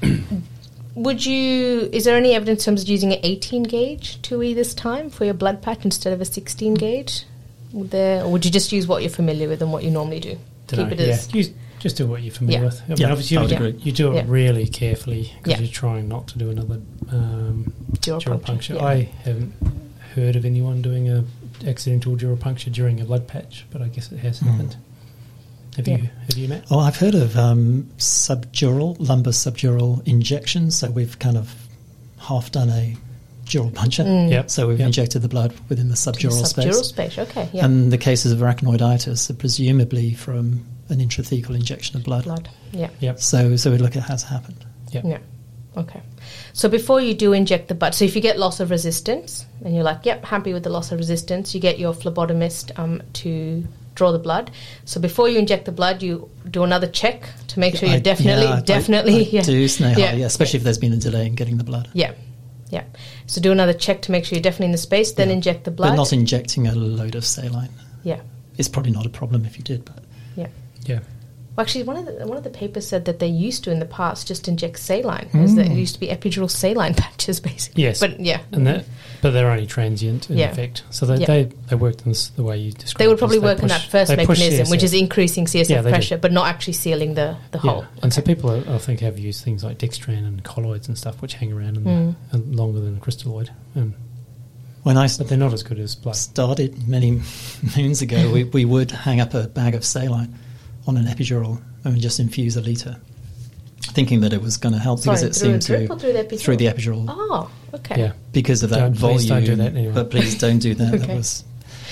Speaker 1: would you? Is there any evidence in terms of using an 18 gauge 2e this time for your blood patch instead of a 16 gauge? Would there, or would you just use what you're familiar with and what you normally do?
Speaker 3: Dunno,
Speaker 1: Keep it
Speaker 3: yeah.
Speaker 1: as
Speaker 3: You just do what you're familiar
Speaker 1: Yeah.
Speaker 3: with. I mean,
Speaker 2: Yeah,
Speaker 3: obviously
Speaker 2: I
Speaker 3: you,
Speaker 2: would
Speaker 3: do-
Speaker 2: agree.
Speaker 3: you do it
Speaker 1: Yeah.
Speaker 3: really carefully because
Speaker 1: Yeah.
Speaker 3: you're trying not to do another um,
Speaker 1: dural
Speaker 3: dural
Speaker 1: puncture.
Speaker 3: puncture.
Speaker 1: Yeah.
Speaker 3: I haven't heard of anyone doing a accidental dural puncture during a blood patch, but I guess it has happened. Have
Speaker 1: Hmm. Yeah.
Speaker 3: you? Have you, Matt?
Speaker 2: Oh, I've heard of um, subdural, lumbar subdural injections. So we've kind of half done a dural puncture.
Speaker 3: Yep.
Speaker 2: So we've
Speaker 3: Yep.
Speaker 2: injected the blood within the
Speaker 1: Dural
Speaker 2: subdural,
Speaker 1: subdural
Speaker 2: space.
Speaker 1: space. Okay, yeah.
Speaker 2: And the cases of arachnoiditis are presumably from an intrathecal injection of blood.
Speaker 1: blood. Yeah.
Speaker 3: Yep.
Speaker 2: So, so we look at has happened.
Speaker 3: Yep.
Speaker 1: Yeah. Okay. So before you do inject the blood, so if you get loss of resistance and you're like, yep, happy with the loss of resistance, you get your phlebotomist um, to draw the blood. So before you inject the blood, you do another check to make sure
Speaker 2: I-
Speaker 1: you're definitely,
Speaker 2: yeah, I-
Speaker 1: definitely,
Speaker 2: I
Speaker 1: yeah.
Speaker 2: do, Sneha,
Speaker 1: Yeah.
Speaker 2: yeah, especially if there's been a delay in getting the blood.
Speaker 1: yeah, yeah. So do another check to make sure you're definitely in the space, then
Speaker 2: Yeah.
Speaker 1: inject the blood.
Speaker 2: But not injecting a load of saline.
Speaker 1: yeah,
Speaker 2: It's probably not a problem if you did, but
Speaker 1: yeah.
Speaker 3: Yeah.
Speaker 1: Well, actually, one of the one of the papers said that they used to in the past just inject saline. Is
Speaker 2: Hmm.
Speaker 1: that it used to be epidural saline patches, basically?
Speaker 3: Yes.
Speaker 1: But yeah,
Speaker 3: And that, but they're only transient in
Speaker 1: Yeah.
Speaker 3: effect. So they,
Speaker 1: Yeah.
Speaker 3: they they worked in this, the way you described.
Speaker 1: They would probably
Speaker 3: is
Speaker 1: work on
Speaker 3: push-
Speaker 1: that first
Speaker 3: they push
Speaker 1: mechanism, which
Speaker 3: CSF.
Speaker 1: is increasing CSF
Speaker 3: Yeah, they do.
Speaker 1: pressure, but not actually sealing the, the
Speaker 3: Yeah.
Speaker 1: hole.
Speaker 3: And so people, I I think, have used things like dextran and colloids and stuff, which hang around in
Speaker 1: Hmm.
Speaker 3: the, and longer than a crystalloid. Um,
Speaker 2: when I
Speaker 3: but they're not as good as blood.
Speaker 2: started many moons ago, we, we would hang up a bag of saline on an epidural and just infuse a litre, thinking that it was going to help
Speaker 1: Sorry,
Speaker 2: because it
Speaker 1: through a
Speaker 2: seemed
Speaker 1: drip
Speaker 2: to
Speaker 1: or through the epidural?
Speaker 2: through the epidural
Speaker 1: Oh, okay.
Speaker 3: Yeah.
Speaker 2: because of that
Speaker 3: Don't-
Speaker 2: volume.
Speaker 3: please don't do that anyway.
Speaker 2: But please don't do that.
Speaker 1: Okay.
Speaker 2: That was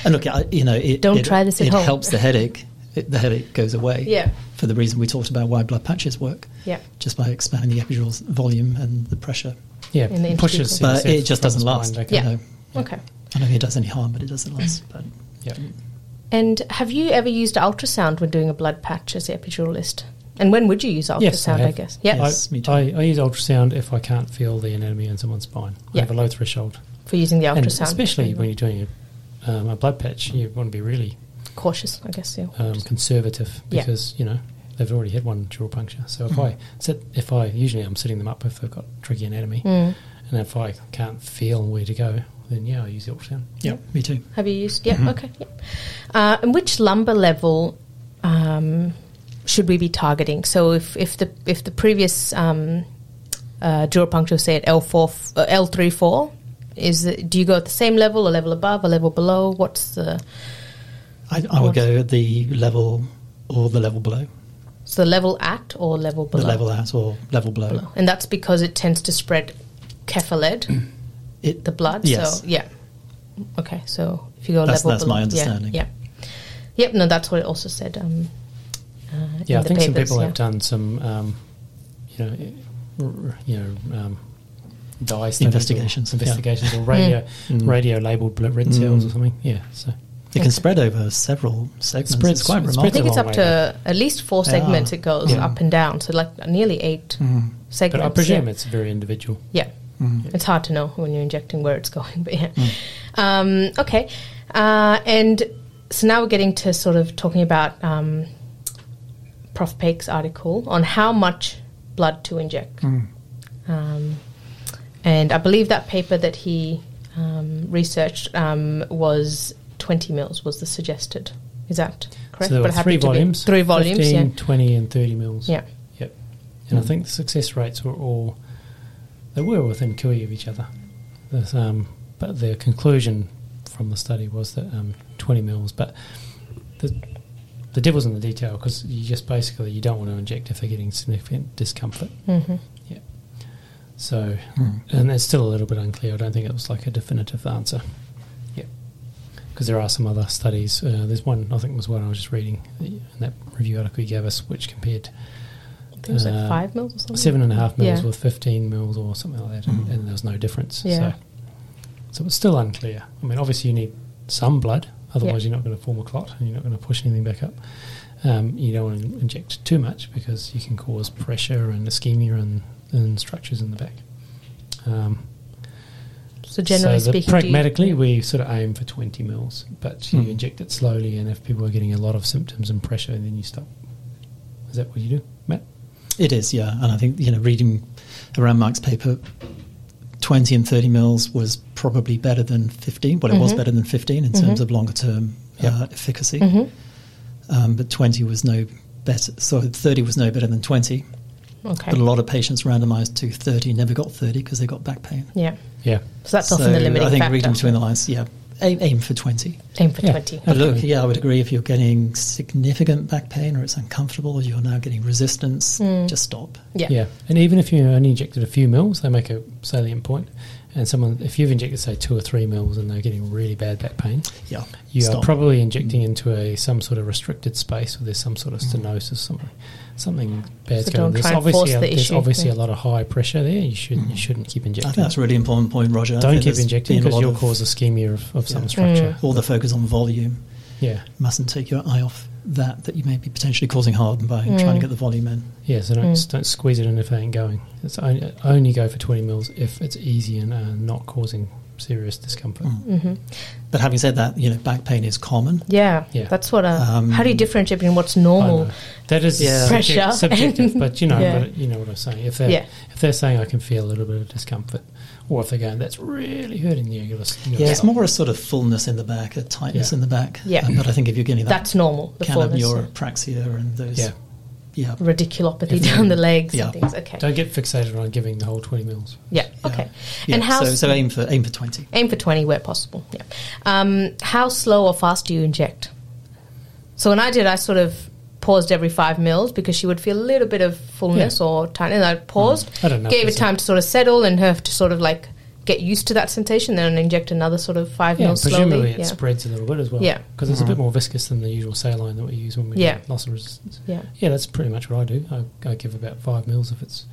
Speaker 2: and look, I, you know, it,
Speaker 1: Don't
Speaker 2: it,
Speaker 1: try this at
Speaker 2: it
Speaker 1: home.
Speaker 2: helps the headache. It, the headache goes away.
Speaker 1: Yeah.
Speaker 2: For the reason we talked about why blood patches work,
Speaker 1: Yeah.
Speaker 2: just by expanding the epidural's volume and the pressure.
Speaker 3: Yeah,
Speaker 1: In the
Speaker 3: it pushes
Speaker 1: intrathecal.
Speaker 2: But
Speaker 3: CSF
Speaker 2: it just
Speaker 3: from the
Speaker 2: doesn't
Speaker 3: spine
Speaker 2: last.
Speaker 3: back
Speaker 1: Yeah.
Speaker 3: up.
Speaker 2: You know,
Speaker 1: Okay. Mm.
Speaker 2: I don't think it does any harm, but it doesn't last. But
Speaker 3: Yeah.
Speaker 1: And have you ever used ultrasound when doing a blood patch as the epiduralist? And when would you use ultrasound, I,
Speaker 3: have.
Speaker 1: guess? Yeah.
Speaker 2: Yes. me too.
Speaker 3: I, I, I use ultrasound if I can't feel the anatomy in someone's spine. I
Speaker 1: Yeah.
Speaker 3: have a low threshold.
Speaker 1: For using the
Speaker 3: And
Speaker 1: ultrasound.
Speaker 3: especially when you're doing a, um, a blood patch, you want to be really
Speaker 1: cautious, I guess. Yeah.
Speaker 3: um, conservative
Speaker 1: Yeah. Mm-hmm.
Speaker 3: because, you know, they've already had one dural puncture. So if I sit, if I, usually I'm sitting them up if they've got tricky anatomy.
Speaker 1: Mm.
Speaker 3: And if I can't feel where to go, then yeah, I use the ultrasound.
Speaker 2: yeah, me too.
Speaker 1: Have you used?
Speaker 2: Mm-hmm.
Speaker 1: Yeah, okay. Yeah. Uh, and which lumbar level um, should we be targeting? So if, if the if the previous um, uh, dural puncture say at L four uh, L three four, is it, do you go at the same level, a level above, a level below? What's the
Speaker 2: I, I would go at the level or the level below,
Speaker 1: so the level at or level below?
Speaker 2: the level at or level below.
Speaker 1: Below. and that's because it tends to spread cephalid,
Speaker 2: It,
Speaker 1: the blood.
Speaker 2: Yes.
Speaker 1: So yeah, okay. So if you go
Speaker 2: That's-
Speaker 1: level,
Speaker 2: that's
Speaker 1: below,
Speaker 2: my
Speaker 1: yeah,
Speaker 2: understanding.
Speaker 1: Yeah, Yep. No, that's what it also said. Um, uh,
Speaker 3: Yeah,
Speaker 1: in
Speaker 3: I
Speaker 1: the
Speaker 3: think some
Speaker 1: papers,
Speaker 3: people
Speaker 1: yeah.
Speaker 3: have done some, um, you know, r- r- you know, um, dye studies or
Speaker 2: Investigations, yeah.
Speaker 3: investigations, Mm. or radio,
Speaker 1: Mm.
Speaker 3: radio labeled blood red cells or something. Yeah, so
Speaker 2: it can spread over several segments.
Speaker 3: Spreads-
Speaker 2: it's quite
Speaker 3: it spreads
Speaker 1: I think
Speaker 2: remarkable.
Speaker 1: it's up
Speaker 3: way
Speaker 1: to at least four
Speaker 2: Yeah.
Speaker 1: segments. It goes
Speaker 2: Yeah.
Speaker 1: up and down, so like nearly eight
Speaker 3: but
Speaker 1: segments.
Speaker 3: I presume
Speaker 1: yeah.
Speaker 3: it's very individual.
Speaker 1: Yeah.
Speaker 3: Mm-hmm.
Speaker 1: it's hard to know when you're injecting where it's going, but yeah.
Speaker 3: Mm.
Speaker 1: Um, okay, uh, and so now we're getting to sort of talking about um, Prof. Pake's article on how much blood to inject,
Speaker 3: Mm.
Speaker 1: um, and I believe that paper that he um, researched um, was 20 mils was the suggested. Is that correct?
Speaker 3: So
Speaker 1: But
Speaker 3: there were
Speaker 1: it happened
Speaker 3: three
Speaker 1: to be-
Speaker 3: volumes,
Speaker 1: Three volumes.
Speaker 3: 15,
Speaker 1: yeah.
Speaker 3: 20 and thirty mils.
Speaker 1: Yeah.
Speaker 3: yep. And I think the success rates were all they were within cooey of each other. There's, um, but the conclusion from the study was that um, twenty mils, but the the devil's in the detail because you just basically you don't want to inject if they're getting significant discomfort.
Speaker 1: Mhm.
Speaker 3: Yeah. So,
Speaker 2: Hmm.
Speaker 3: and that's still a little bit unclear. I don't think it was like a definitive answer. Yeah. Because there are some other studies. Uh, there's one I think was one I was just reading in that review article you gave us, which compared
Speaker 1: I think it was like
Speaker 3: Uh,
Speaker 1: five mils or something.
Speaker 3: seven and a half mils
Speaker 1: Yeah.
Speaker 3: with fifteen mils or something like that, and, and there was no difference.
Speaker 1: Yeah.
Speaker 3: So So it's still unclear. I mean, obviously you need some blood, otherwise you're not going to form a clot and you're not going to push anything back up. Um, you don't want to inject too much because you can cause pressure and ischemia and, and structures in the back. Um,
Speaker 1: So generally
Speaker 3: so the-
Speaker 1: speaking, do you-
Speaker 3: pragmatically, we sort of aim for 20 mils, but you
Speaker 2: Hmm.
Speaker 3: inject it slowly, and if people are getting a lot of symptoms and pressure, then you stop. Is that what you do, Matt?
Speaker 2: It is, yeah. And I think, you know, reading around Mike's paper, 20 and 30 mils was probably better than 15. Well, it was
Speaker 1: Mhm.
Speaker 2: better than 15 in terms of longer term uh, efficacy.
Speaker 1: Mhm.
Speaker 2: Um, but 20 was no better. So 30 was no better than 20.
Speaker 1: okay,
Speaker 2: But a lot of patients randomized to 30 never got 30 because they got back pain.
Speaker 1: yeah.
Speaker 3: Yeah.
Speaker 1: So that's often the limiting
Speaker 2: I think
Speaker 1: factor.
Speaker 2: reading between the lines, yeah, aim, aim for 20.
Speaker 1: Aim for
Speaker 3: Yeah.
Speaker 1: twenty.
Speaker 2: But look,
Speaker 3: Absolutely.
Speaker 2: yeah, I would agree if you're getting significant back pain or it's uncomfortable or you're now getting resistance,
Speaker 1: Mm.
Speaker 2: just stop.
Speaker 1: Yeah.
Speaker 3: Yeah. And even if you only injected a few mils, they make a salient point. And someone, if you've injected, say, two or three mils and they're getting really bad back pain,
Speaker 2: Yeah,
Speaker 3: you
Speaker 2: stop.
Speaker 3: are probably injecting into a some sort of restricted space where there's some sort of stenosis, something, something bad's
Speaker 1: So
Speaker 3: going on.
Speaker 1: don't
Speaker 3: There's
Speaker 1: try and
Speaker 3: obviously,
Speaker 1: force
Speaker 3: a,
Speaker 1: the
Speaker 3: there's
Speaker 1: issue,
Speaker 3: obviously
Speaker 1: yeah.
Speaker 3: a lot of high pressure there. You, should, you shouldn't keep
Speaker 2: Hmm. I
Speaker 3: injecting.
Speaker 2: think that's a really important point, Roger. I
Speaker 3: Don't
Speaker 2: think
Speaker 3: keep
Speaker 2: there's
Speaker 3: injecting
Speaker 2: been a
Speaker 3: because
Speaker 2: lot
Speaker 3: you'll
Speaker 2: of-
Speaker 3: cause ischemia of, of
Speaker 2: Yeah.
Speaker 3: some
Speaker 1: Mm.
Speaker 3: structure.
Speaker 2: all the focus on volume.
Speaker 3: Yeah,
Speaker 2: Mustn't take your eye off that that you may be potentially causing harm by
Speaker 1: Mm.
Speaker 2: trying to get the volume in.
Speaker 3: yeah. So don't s- don't squeeze it in if it ain't going. It's only, only go for twenty mils if it's easy and uh, not causing serious discomfort.
Speaker 2: Mm. But having said that, you know, back pain is common.
Speaker 1: Mm-hmm. Yeah,
Speaker 3: Yeah.
Speaker 1: that's what. Uh,
Speaker 2: Um,
Speaker 1: how do you differentiate between what's
Speaker 3: I
Speaker 1: normal?
Speaker 3: know. That is
Speaker 2: Yeah.
Speaker 3: subject-
Speaker 1: Oh. Pressure.
Speaker 3: subjective, but you know,
Speaker 1: Yeah.
Speaker 3: but you know what I'm saying. If they're
Speaker 1: Yeah.
Speaker 3: if they're saying I can feel a little bit of discomfort, or if they're going that's really hurting you, you gotta, you gotta
Speaker 2: Yeah, it's
Speaker 3: stop.
Speaker 2: more a sort of fullness in the back, a tightness
Speaker 3: Yeah.
Speaker 2: in the back.
Speaker 1: Yeah.
Speaker 2: Um, but I think if you're getting that
Speaker 1: That's normal. The fullness.
Speaker 2: calabrapraxia and those,
Speaker 3: Yeah.
Speaker 2: yeah,
Speaker 1: Radiculopathy
Speaker 2: If you-
Speaker 1: down the legs
Speaker 2: yeah.
Speaker 1: and things. Okay.
Speaker 3: Don't get fixated on giving the whole twenty mils.
Speaker 1: yeah.
Speaker 2: yeah.
Speaker 1: Okay.
Speaker 2: Yeah,
Speaker 1: And how
Speaker 2: So, so aim for aim for twenty.
Speaker 1: aim for 20 where possible yeah um, how slow or fast do you inject so when i did i sort of paused every five mils because she would feel a little bit of fullness or tightness and i paused
Speaker 3: Mm. I don't know if
Speaker 1: gave it
Speaker 3: there's a-
Speaker 1: time to sort of settle and her to sort of like get used to that sensation then inject another sort of five
Speaker 3: Yeah,
Speaker 1: mils
Speaker 3: presumably
Speaker 1: slowly
Speaker 3: it
Speaker 1: yeah.
Speaker 3: spreads a little bit as well.
Speaker 1: Yeah.
Speaker 3: because
Speaker 2: Mm-hmm.
Speaker 3: it's a bit more viscous than the usual saline that we use when we
Speaker 1: Yeah.
Speaker 3: do loss of resistance.
Speaker 1: yeah
Speaker 3: Yeah, that's pretty much what I do. I, I give about five mils if it's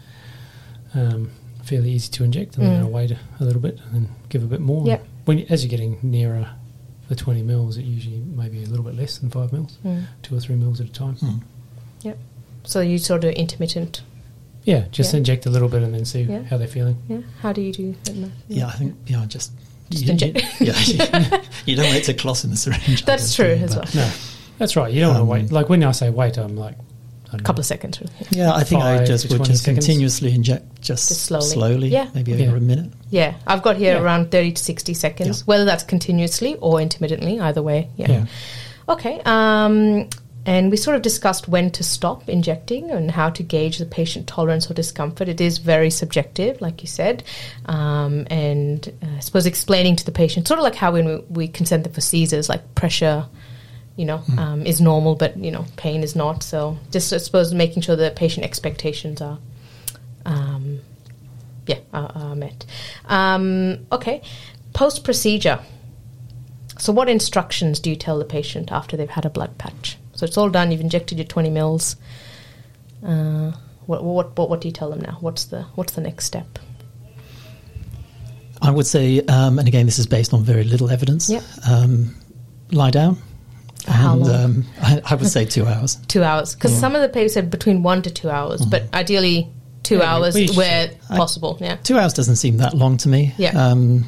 Speaker 3: um, fairly easy to inject, and then
Speaker 1: Mm.
Speaker 3: I wait a, a little bit and then give a bit more.
Speaker 1: Yep.
Speaker 3: When you- as you're getting nearer the 20 mils, it usually maybe a little bit less than five mils,
Speaker 1: Mm.
Speaker 3: two or three mils at a time.
Speaker 2: Mm.
Speaker 1: so you sort of intermittent
Speaker 3: Yeah, just
Speaker 1: Yeah.
Speaker 3: inject a little bit and then see
Speaker 1: Yeah.
Speaker 3: how they're feeling.
Speaker 1: yeah how do you do that Matt?
Speaker 2: Yeah, I think yeah, just,
Speaker 1: Just
Speaker 2: you,
Speaker 1: inject-
Speaker 2: you- yeah, you don't wait to clot in the syringe. I
Speaker 1: that's
Speaker 2: guess,
Speaker 1: true
Speaker 2: do you?
Speaker 1: as
Speaker 2: But-
Speaker 1: well
Speaker 3: No, that's right. You don't
Speaker 2: Um,
Speaker 3: want to wait. Like when I say wait, I'm like a
Speaker 1: a couple of seconds really.
Speaker 2: Yeah, I think I
Speaker 3: Five
Speaker 2: just
Speaker 3: to
Speaker 2: would
Speaker 3: 20
Speaker 2: just
Speaker 3: seconds.
Speaker 2: continuously inject just,
Speaker 1: Just slowly.
Speaker 2: slowly,
Speaker 1: Yeah.
Speaker 2: maybe
Speaker 3: Yeah.
Speaker 2: over a minute.
Speaker 1: yeah i've got here
Speaker 3: Yeah.
Speaker 1: around 30 to 60 seconds whether that's continuously or intermittently either way
Speaker 3: Yeah.
Speaker 1: Okay. Um, and we sort of discussed when to stop injecting and how to gauge the patient tolerance or discomfort. It is very subjective, like you said. Um, and uh, I suppose explaining to the patient, sort of like how when we, we consent them for seizures, like pressure, you know,
Speaker 3: Mm.
Speaker 1: um, is normal, but, you know, pain is not. So just, I suppose, making sure the patient expectations are um, yeah, are, are met. Um, okay, post procedure. So, what instructions do you tell the patient after they've had a blood patch? So it's all done. You've injected your twenty mils. Uh, what, what what what do you tell them now? What's the what's the next step?
Speaker 2: I would say, um, and again, this is based on very little evidence.
Speaker 1: Yep.
Speaker 2: Um, lie down.
Speaker 1: For how long?
Speaker 2: Um, I, I would say two hours.
Speaker 1: Two hours, because some of the papers said between one to two hours, but ideally two
Speaker 3: Yeah,
Speaker 1: hours
Speaker 3: we should-
Speaker 1: where
Speaker 2: I-
Speaker 1: possible. yeah,
Speaker 2: Two hours doesn't seem that long to me.
Speaker 1: Yeah.
Speaker 2: Um,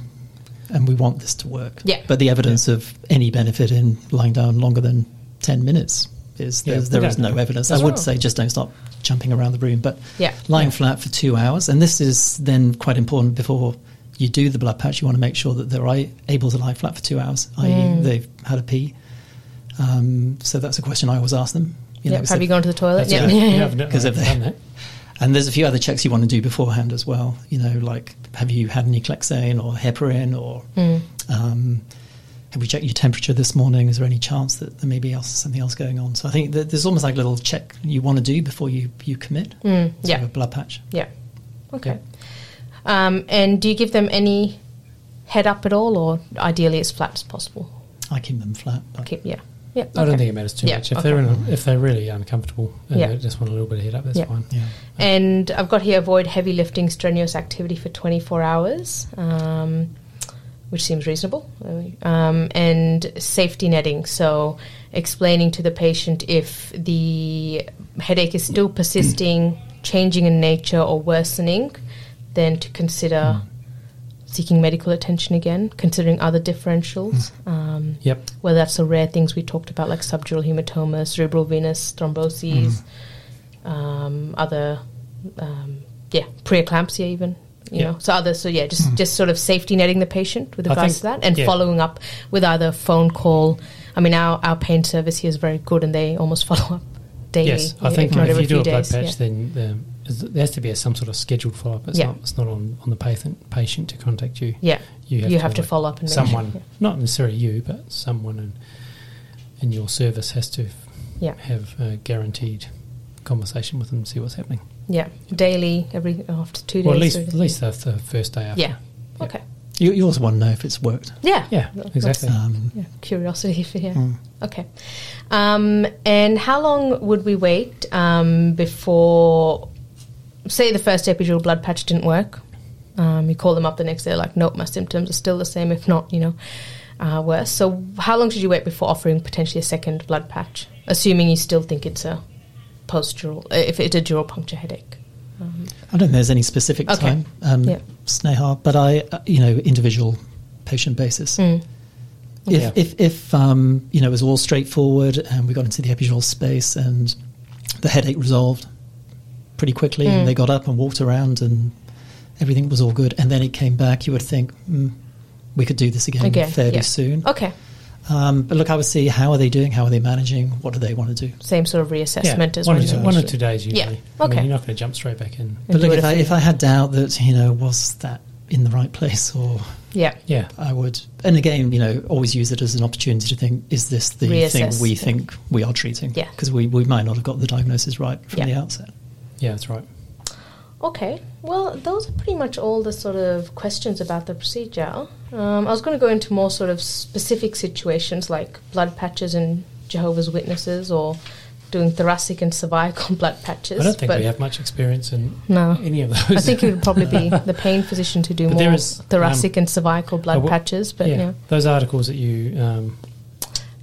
Speaker 2: and we want this to work.
Speaker 1: Yeah.
Speaker 2: But the evidence of any benefit in lying down longer than 10 minutes is
Speaker 3: Yeah,
Speaker 2: there's,
Speaker 3: we
Speaker 2: there is
Speaker 3: don't
Speaker 2: no
Speaker 3: know.
Speaker 2: evidence.
Speaker 3: That's
Speaker 2: I would
Speaker 3: right.
Speaker 2: say just don't stop jumping around the room, but
Speaker 1: Yeah.
Speaker 2: lying flat for two hours. And this is then quite important before you do the blood patch. You want to make sure that they're i- able to lie flat for two hours, i.e.,
Speaker 1: Mm.
Speaker 2: they've had a pee. Um, so that's a question I always ask them. You know,
Speaker 1: yeah.
Speaker 2: is
Speaker 1: Have
Speaker 2: it-
Speaker 1: you gone to the toilet?
Speaker 3: That's
Speaker 1: Yeah,
Speaker 3: right.
Speaker 1: yeah,
Speaker 3: Yeah,
Speaker 1: yeah.
Speaker 3: I've, ne-
Speaker 2: 'Cause
Speaker 3: I've
Speaker 2: if they-
Speaker 3: done that.
Speaker 2: And there's a few other checks you want to do beforehand as well. You know, like have you had any Clexane or heparin or
Speaker 1: Hmm.
Speaker 2: um, have we checked your temperature this morning? Is there any chance that there may be else, something else going on? So I think that there's almost like a little check you want to do before you, you commit.
Speaker 1: Mm,
Speaker 2: So
Speaker 1: yeah.
Speaker 2: A blood patch.
Speaker 1: Yeah. Okay. Um, and do you give them any head up at all, or ideally as flat as possible?
Speaker 2: I keep them flat. But
Speaker 1: Okay. Yeah. Yeah.
Speaker 3: I
Speaker 1: okay.
Speaker 3: don't think it matters too
Speaker 1: Yeah,
Speaker 3: much. If
Speaker 1: okay.
Speaker 3: they're in a, if they're really uncomfortable and
Speaker 1: Yeah.
Speaker 3: they just want a little bit of head up, that's
Speaker 1: Yeah.
Speaker 3: fine.
Speaker 2: yeah.
Speaker 1: And I've got here avoid heavy lifting, strenuous activity for 24 hours. Um, which seems reasonable, um, and safety netting. So, explaining to the patient if the headache is still persisting, changing in nature, or worsening, then to consider seeking medical attention again, considering other differentials. Um,
Speaker 3: Yep.
Speaker 1: whether that's the rare things we talked about, like subdural hematomas, cerebral venous thromboses,
Speaker 3: Mm-hmm.
Speaker 1: um, other, um, yeah, preeclampsia even. You
Speaker 3: Yeah. Mm-hmm.
Speaker 1: know, so other, so yeah, just just sort of safety netting the patient with
Speaker 3: I
Speaker 1: regards
Speaker 3: think-
Speaker 1: to that, and
Speaker 3: yeah.
Speaker 1: following up with either phone call. I mean, our our pain service here is very good, and they almost follow up daily.
Speaker 3: Yes, I
Speaker 1: if
Speaker 3: think
Speaker 1: not
Speaker 3: if
Speaker 1: every
Speaker 3: you do
Speaker 1: few
Speaker 3: a blood
Speaker 1: days,
Speaker 3: patch,
Speaker 1: yeah.
Speaker 3: then um, is- there has to be a, some sort of scheduled follow up. It's
Speaker 1: Yeah.
Speaker 3: not it's not on, on the patient patient to contact you.
Speaker 1: Yeah,
Speaker 3: You
Speaker 1: you
Speaker 3: have
Speaker 1: have,
Speaker 3: to,
Speaker 1: to,
Speaker 3: like,
Speaker 1: follow up and make sure,
Speaker 3: Someone,
Speaker 1: yeah.
Speaker 3: not necessarily you, but someone in in your service has to f-
Speaker 1: Yeah.
Speaker 3: have a guaranteed conversation with them and see what's happening.
Speaker 1: Yeah, daily, every after two days.
Speaker 3: Well, at least
Speaker 1: three days.
Speaker 3: at least the, the first day after.
Speaker 1: Yeah. Okay.
Speaker 2: You, you also want to know if it's worked.
Speaker 1: Yeah.
Speaker 3: Yeah,
Speaker 1: That's-
Speaker 3: exactly.
Speaker 2: Um,
Speaker 1: Yeah, curiosity for yeah. Okay. Um, and how long would we wait um, before, say, the first epidural blood patch didn't work? Um, you call them up the next day, like, nope, my symptoms are still the same, if not, you know, uh, worse. So, how long should you wait before offering potentially a second blood patch, assuming you still think it's a postural, uh, if it's a dural puncture headache?
Speaker 2: I don't think there's any specific
Speaker 1: Okay.
Speaker 2: time, um,
Speaker 1: Yeah.
Speaker 2: Sneha, but I, uh, you know, individual patient basis.
Speaker 1: Hmm.
Speaker 2: If,
Speaker 3: Okay.
Speaker 2: if, if um, you know, it was all straightforward and we got into the epidural space and the headache resolved pretty quickly
Speaker 1: Mm.
Speaker 2: and they got up and walked around and everything was all good and then it came back, you would think, mm, we could do this again
Speaker 1: Again,
Speaker 2: fairly
Speaker 1: yeah.
Speaker 2: soon.
Speaker 1: Okay.
Speaker 2: Um, but look, I would see how are they doing? How are they managing? What do they want to do?
Speaker 1: Same sort of reassessment as
Speaker 3: one,
Speaker 1: well.
Speaker 3: or two, one or two days usually.
Speaker 1: Yeah,
Speaker 3: I mean,
Speaker 1: okay.
Speaker 3: you're not going to jump straight back in.
Speaker 2: But
Speaker 1: do
Speaker 2: look,
Speaker 1: it
Speaker 2: if
Speaker 1: a
Speaker 2: I,
Speaker 1: few-
Speaker 2: if I had doubt that, you know, was that in the right place or
Speaker 1: Yeah.
Speaker 3: Yeah,
Speaker 2: I would, and again, you know, always use it as an opportunity to think: is this the
Speaker 1: Reassess,
Speaker 2: thing we
Speaker 1: yeah.
Speaker 2: think we are treating?
Speaker 1: Yeah.
Speaker 2: because we, we might not have got the diagnosis right from
Speaker 1: Yeah.
Speaker 2: the outset.
Speaker 3: yeah, that's right.
Speaker 1: Okay, well, those are pretty much all the sort of questions about the procedure. Um, I was going to go into more sort of specific situations like blood patches and Jehovah's Witnesses or doing thoracic and cervical blood patches.
Speaker 3: I don't think
Speaker 1: but
Speaker 3: we have much experience in
Speaker 1: No.
Speaker 3: any of those.
Speaker 1: I think it would probably be the pain physician to do
Speaker 3: But there
Speaker 1: more
Speaker 3: is, um, uh,
Speaker 1: thoracic and cervical blood
Speaker 3: I will-
Speaker 1: patches, but yeah,
Speaker 3: those articles that you um,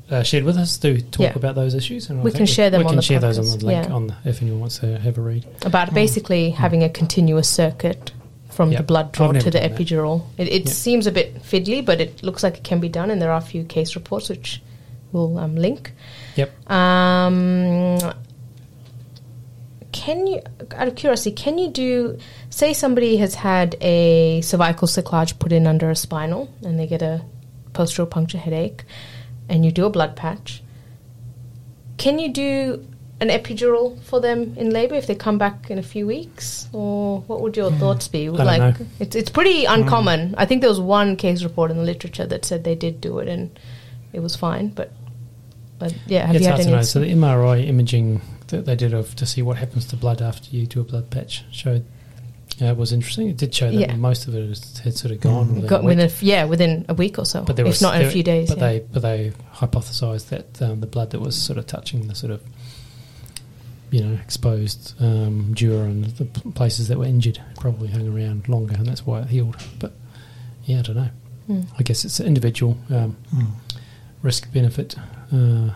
Speaker 3: uh, shared with us do talk
Speaker 1: Yeah.
Speaker 3: about those issues, and I
Speaker 1: We
Speaker 3: think
Speaker 1: can share them
Speaker 3: We
Speaker 1: on
Speaker 3: can
Speaker 1: the
Speaker 3: share those on
Speaker 1: podcast,
Speaker 3: the link
Speaker 1: yeah.
Speaker 3: on the, if anyone wants to have a read.
Speaker 1: about basically having a continuous circuit from
Speaker 3: Hmm. Yeah.
Speaker 1: the blood draw
Speaker 3: I've never
Speaker 1: to the
Speaker 3: done that.
Speaker 1: epidural. It, it
Speaker 3: Yeah.
Speaker 1: seems a bit fiddly, but it looks like it can be done, and there are a few case reports which we'll um, link.
Speaker 3: Yep.
Speaker 1: Um, can you, out of curiosity, can you do, say somebody has had a cervical cyclage put in under a spinal and they get a postural puncture headache and you do a blood patch, can you do an epidural for them in labor if they come back in a few weeks? Or what would your thoughts be?
Speaker 3: Hmm. don't
Speaker 1: like,
Speaker 3: know. Hmm.
Speaker 1: it's, it's pretty uncommon. I think there was one case report in the literature that said they did do it and it was fine, but. But yeah, have
Speaker 3: it's
Speaker 1: you had
Speaker 3: hard to
Speaker 1: any?
Speaker 3: know. So the MRI imaging that they did of to see what happens to blood after you do a blood patch showed. Uh, it was interesting. It did show that
Speaker 1: Yeah. Mm.
Speaker 3: most of it is- had sort of gone. within a
Speaker 1: Got
Speaker 3: week.
Speaker 1: within a f- yeah, within a week or so,
Speaker 3: but there
Speaker 1: if
Speaker 3: was
Speaker 1: not in
Speaker 3: there-
Speaker 1: a few days.
Speaker 3: But
Speaker 1: yeah.
Speaker 3: they but they hypothesised that um, the blood that was sort of touching the sort of you know exposed um, dura and the p- places that were injured probably hung around longer, and that's why it healed. But yeah, I don't know.
Speaker 1: Hmm.
Speaker 3: I guess it's an individual um,
Speaker 2: Hmm.
Speaker 3: risk benefit. Uh,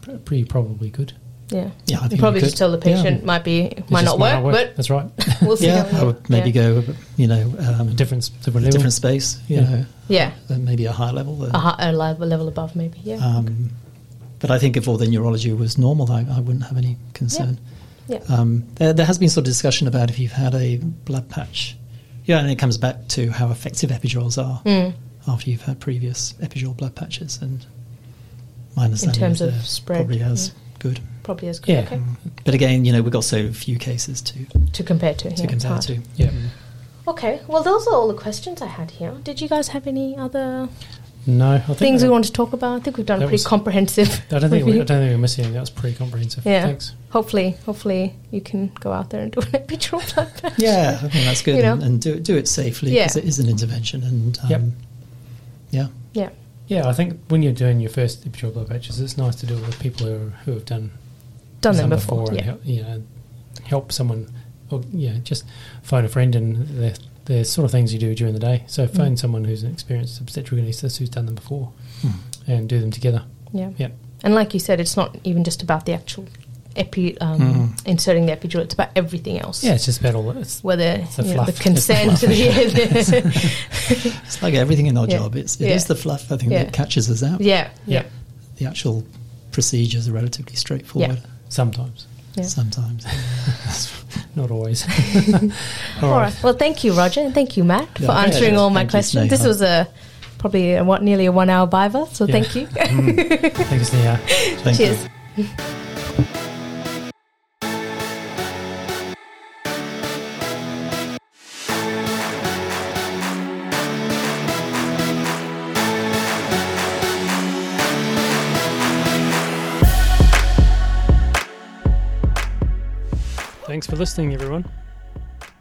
Speaker 3: pr- pretty probably good.
Speaker 1: yeah,
Speaker 2: Yeah, I
Speaker 1: you
Speaker 2: think
Speaker 1: probably
Speaker 2: you
Speaker 1: just tell the
Speaker 2: Yeah.
Speaker 1: patient might be
Speaker 3: It
Speaker 1: might
Speaker 3: just
Speaker 1: not work,
Speaker 3: That's right.
Speaker 1: but we'll see.
Speaker 2: yeah,
Speaker 1: how,
Speaker 2: I would maybe
Speaker 1: yeah.
Speaker 2: go, you know, um,
Speaker 3: A
Speaker 2: different,
Speaker 3: different different
Speaker 2: a
Speaker 3: level.
Speaker 2: different space, you
Speaker 3: Yeah.
Speaker 2: know,
Speaker 1: yeah,
Speaker 2: uh, maybe a higher level.
Speaker 1: a,
Speaker 2: Uh,
Speaker 1: hi- a level, level above maybe. Yeah,
Speaker 2: um, but I think if all the neurology was normal, I, I wouldn't have any concern.
Speaker 1: yeah,
Speaker 2: Um, there, there has been sort of discussion about if you've had a blood patch. Yeah, and it comes back to how effective epidurals are
Speaker 1: Mm.
Speaker 2: after you've had previous epidural blood patches. And my understanding
Speaker 1: terms
Speaker 2: is
Speaker 1: of
Speaker 2: they're
Speaker 1: spread,
Speaker 2: probably as good.
Speaker 1: probably as good.
Speaker 3: Yeah.
Speaker 1: Okay.
Speaker 2: But again, you know, we've got so few cases to, to
Speaker 1: To compare to, yeah, it's
Speaker 2: compare
Speaker 1: hard.
Speaker 2: to.
Speaker 3: Yeah.
Speaker 1: Okay, well, those are all the questions I had here. Did you guys have any other
Speaker 3: No, I think
Speaker 1: things
Speaker 3: that-
Speaker 1: we want to talk about? I think we've done a
Speaker 3: That
Speaker 1: pretty
Speaker 3: was-
Speaker 1: comprehensive.
Speaker 3: I don't think we, I
Speaker 1: review.
Speaker 3: don't think we're missing. anything. That was pretty comprehensive.
Speaker 1: Yeah.
Speaker 3: Thanks.
Speaker 1: Hopefully, hopefully you can go out there and do an epidural blood patch.
Speaker 2: Yeah, I think that's good.
Speaker 1: You know?
Speaker 2: and, and do, do it safely because
Speaker 1: Yeah.
Speaker 2: it is an intervention. And um,
Speaker 3: Yep.
Speaker 2: yeah,
Speaker 1: Yeah,
Speaker 3: Yeah, I think when you're doing your first epidural blood patches, it's nice to do it with people who, are, who have done,
Speaker 1: done them
Speaker 3: some
Speaker 1: before.
Speaker 3: and
Speaker 1: Yeah.
Speaker 3: help, you know, help someone, or you know, just phone a friend and they're they're sort of things you do during the day. So
Speaker 1: Mm.
Speaker 3: phone someone who's an experienced obstetric anaesthetist who's done them before and do them together.
Speaker 1: Yeah.
Speaker 3: Yeah.
Speaker 1: And like you said, it's not even just about the actual epi, um, inserting the epidural, it's about everything else.
Speaker 3: Yeah, it's just about all it's
Speaker 1: Whether
Speaker 3: the
Speaker 1: you know, the
Speaker 3: fluff.
Speaker 1: consent, the, yeah,
Speaker 2: It's like everything in our
Speaker 1: Yeah.
Speaker 2: job. It's it is
Speaker 1: Yeah.
Speaker 2: the fluff I think
Speaker 1: Yeah.
Speaker 2: that catches us out.
Speaker 1: yeah, yeah,
Speaker 2: The actual procedures are relatively straightforward
Speaker 3: sometimes,
Speaker 1: Yeah.
Speaker 2: sometimes.
Speaker 3: not always.
Speaker 1: All right. Well, thank you, Roger, and thank you, Matt,
Speaker 2: Yeah,
Speaker 1: for
Speaker 2: thank
Speaker 1: answering
Speaker 2: you.
Speaker 1: all my
Speaker 2: Thank you,
Speaker 1: questions. This
Speaker 2: Sneha.
Speaker 1: was a probably a, what nearly a one-hour biva, so
Speaker 3: Yeah.
Speaker 1: thank you.
Speaker 3: Thanks, Nia.
Speaker 2: Thank you.
Speaker 1: Cheers.
Speaker 3: Thanks for listening, everyone.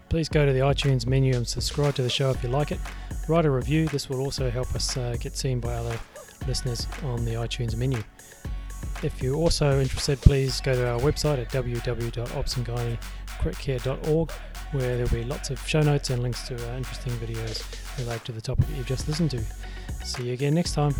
Speaker 3: Please go to the iTunes menu and subscribe to the show if you like it. Write a review. This will also help us uh, get seen by other listeners on the iTunes menu. If you're also interested, please go to our website at www.opsandgynaecritcare.org where there'll be lots of show notes and links to uh, interesting videos related to the topic that you've just listened to. See you again next time.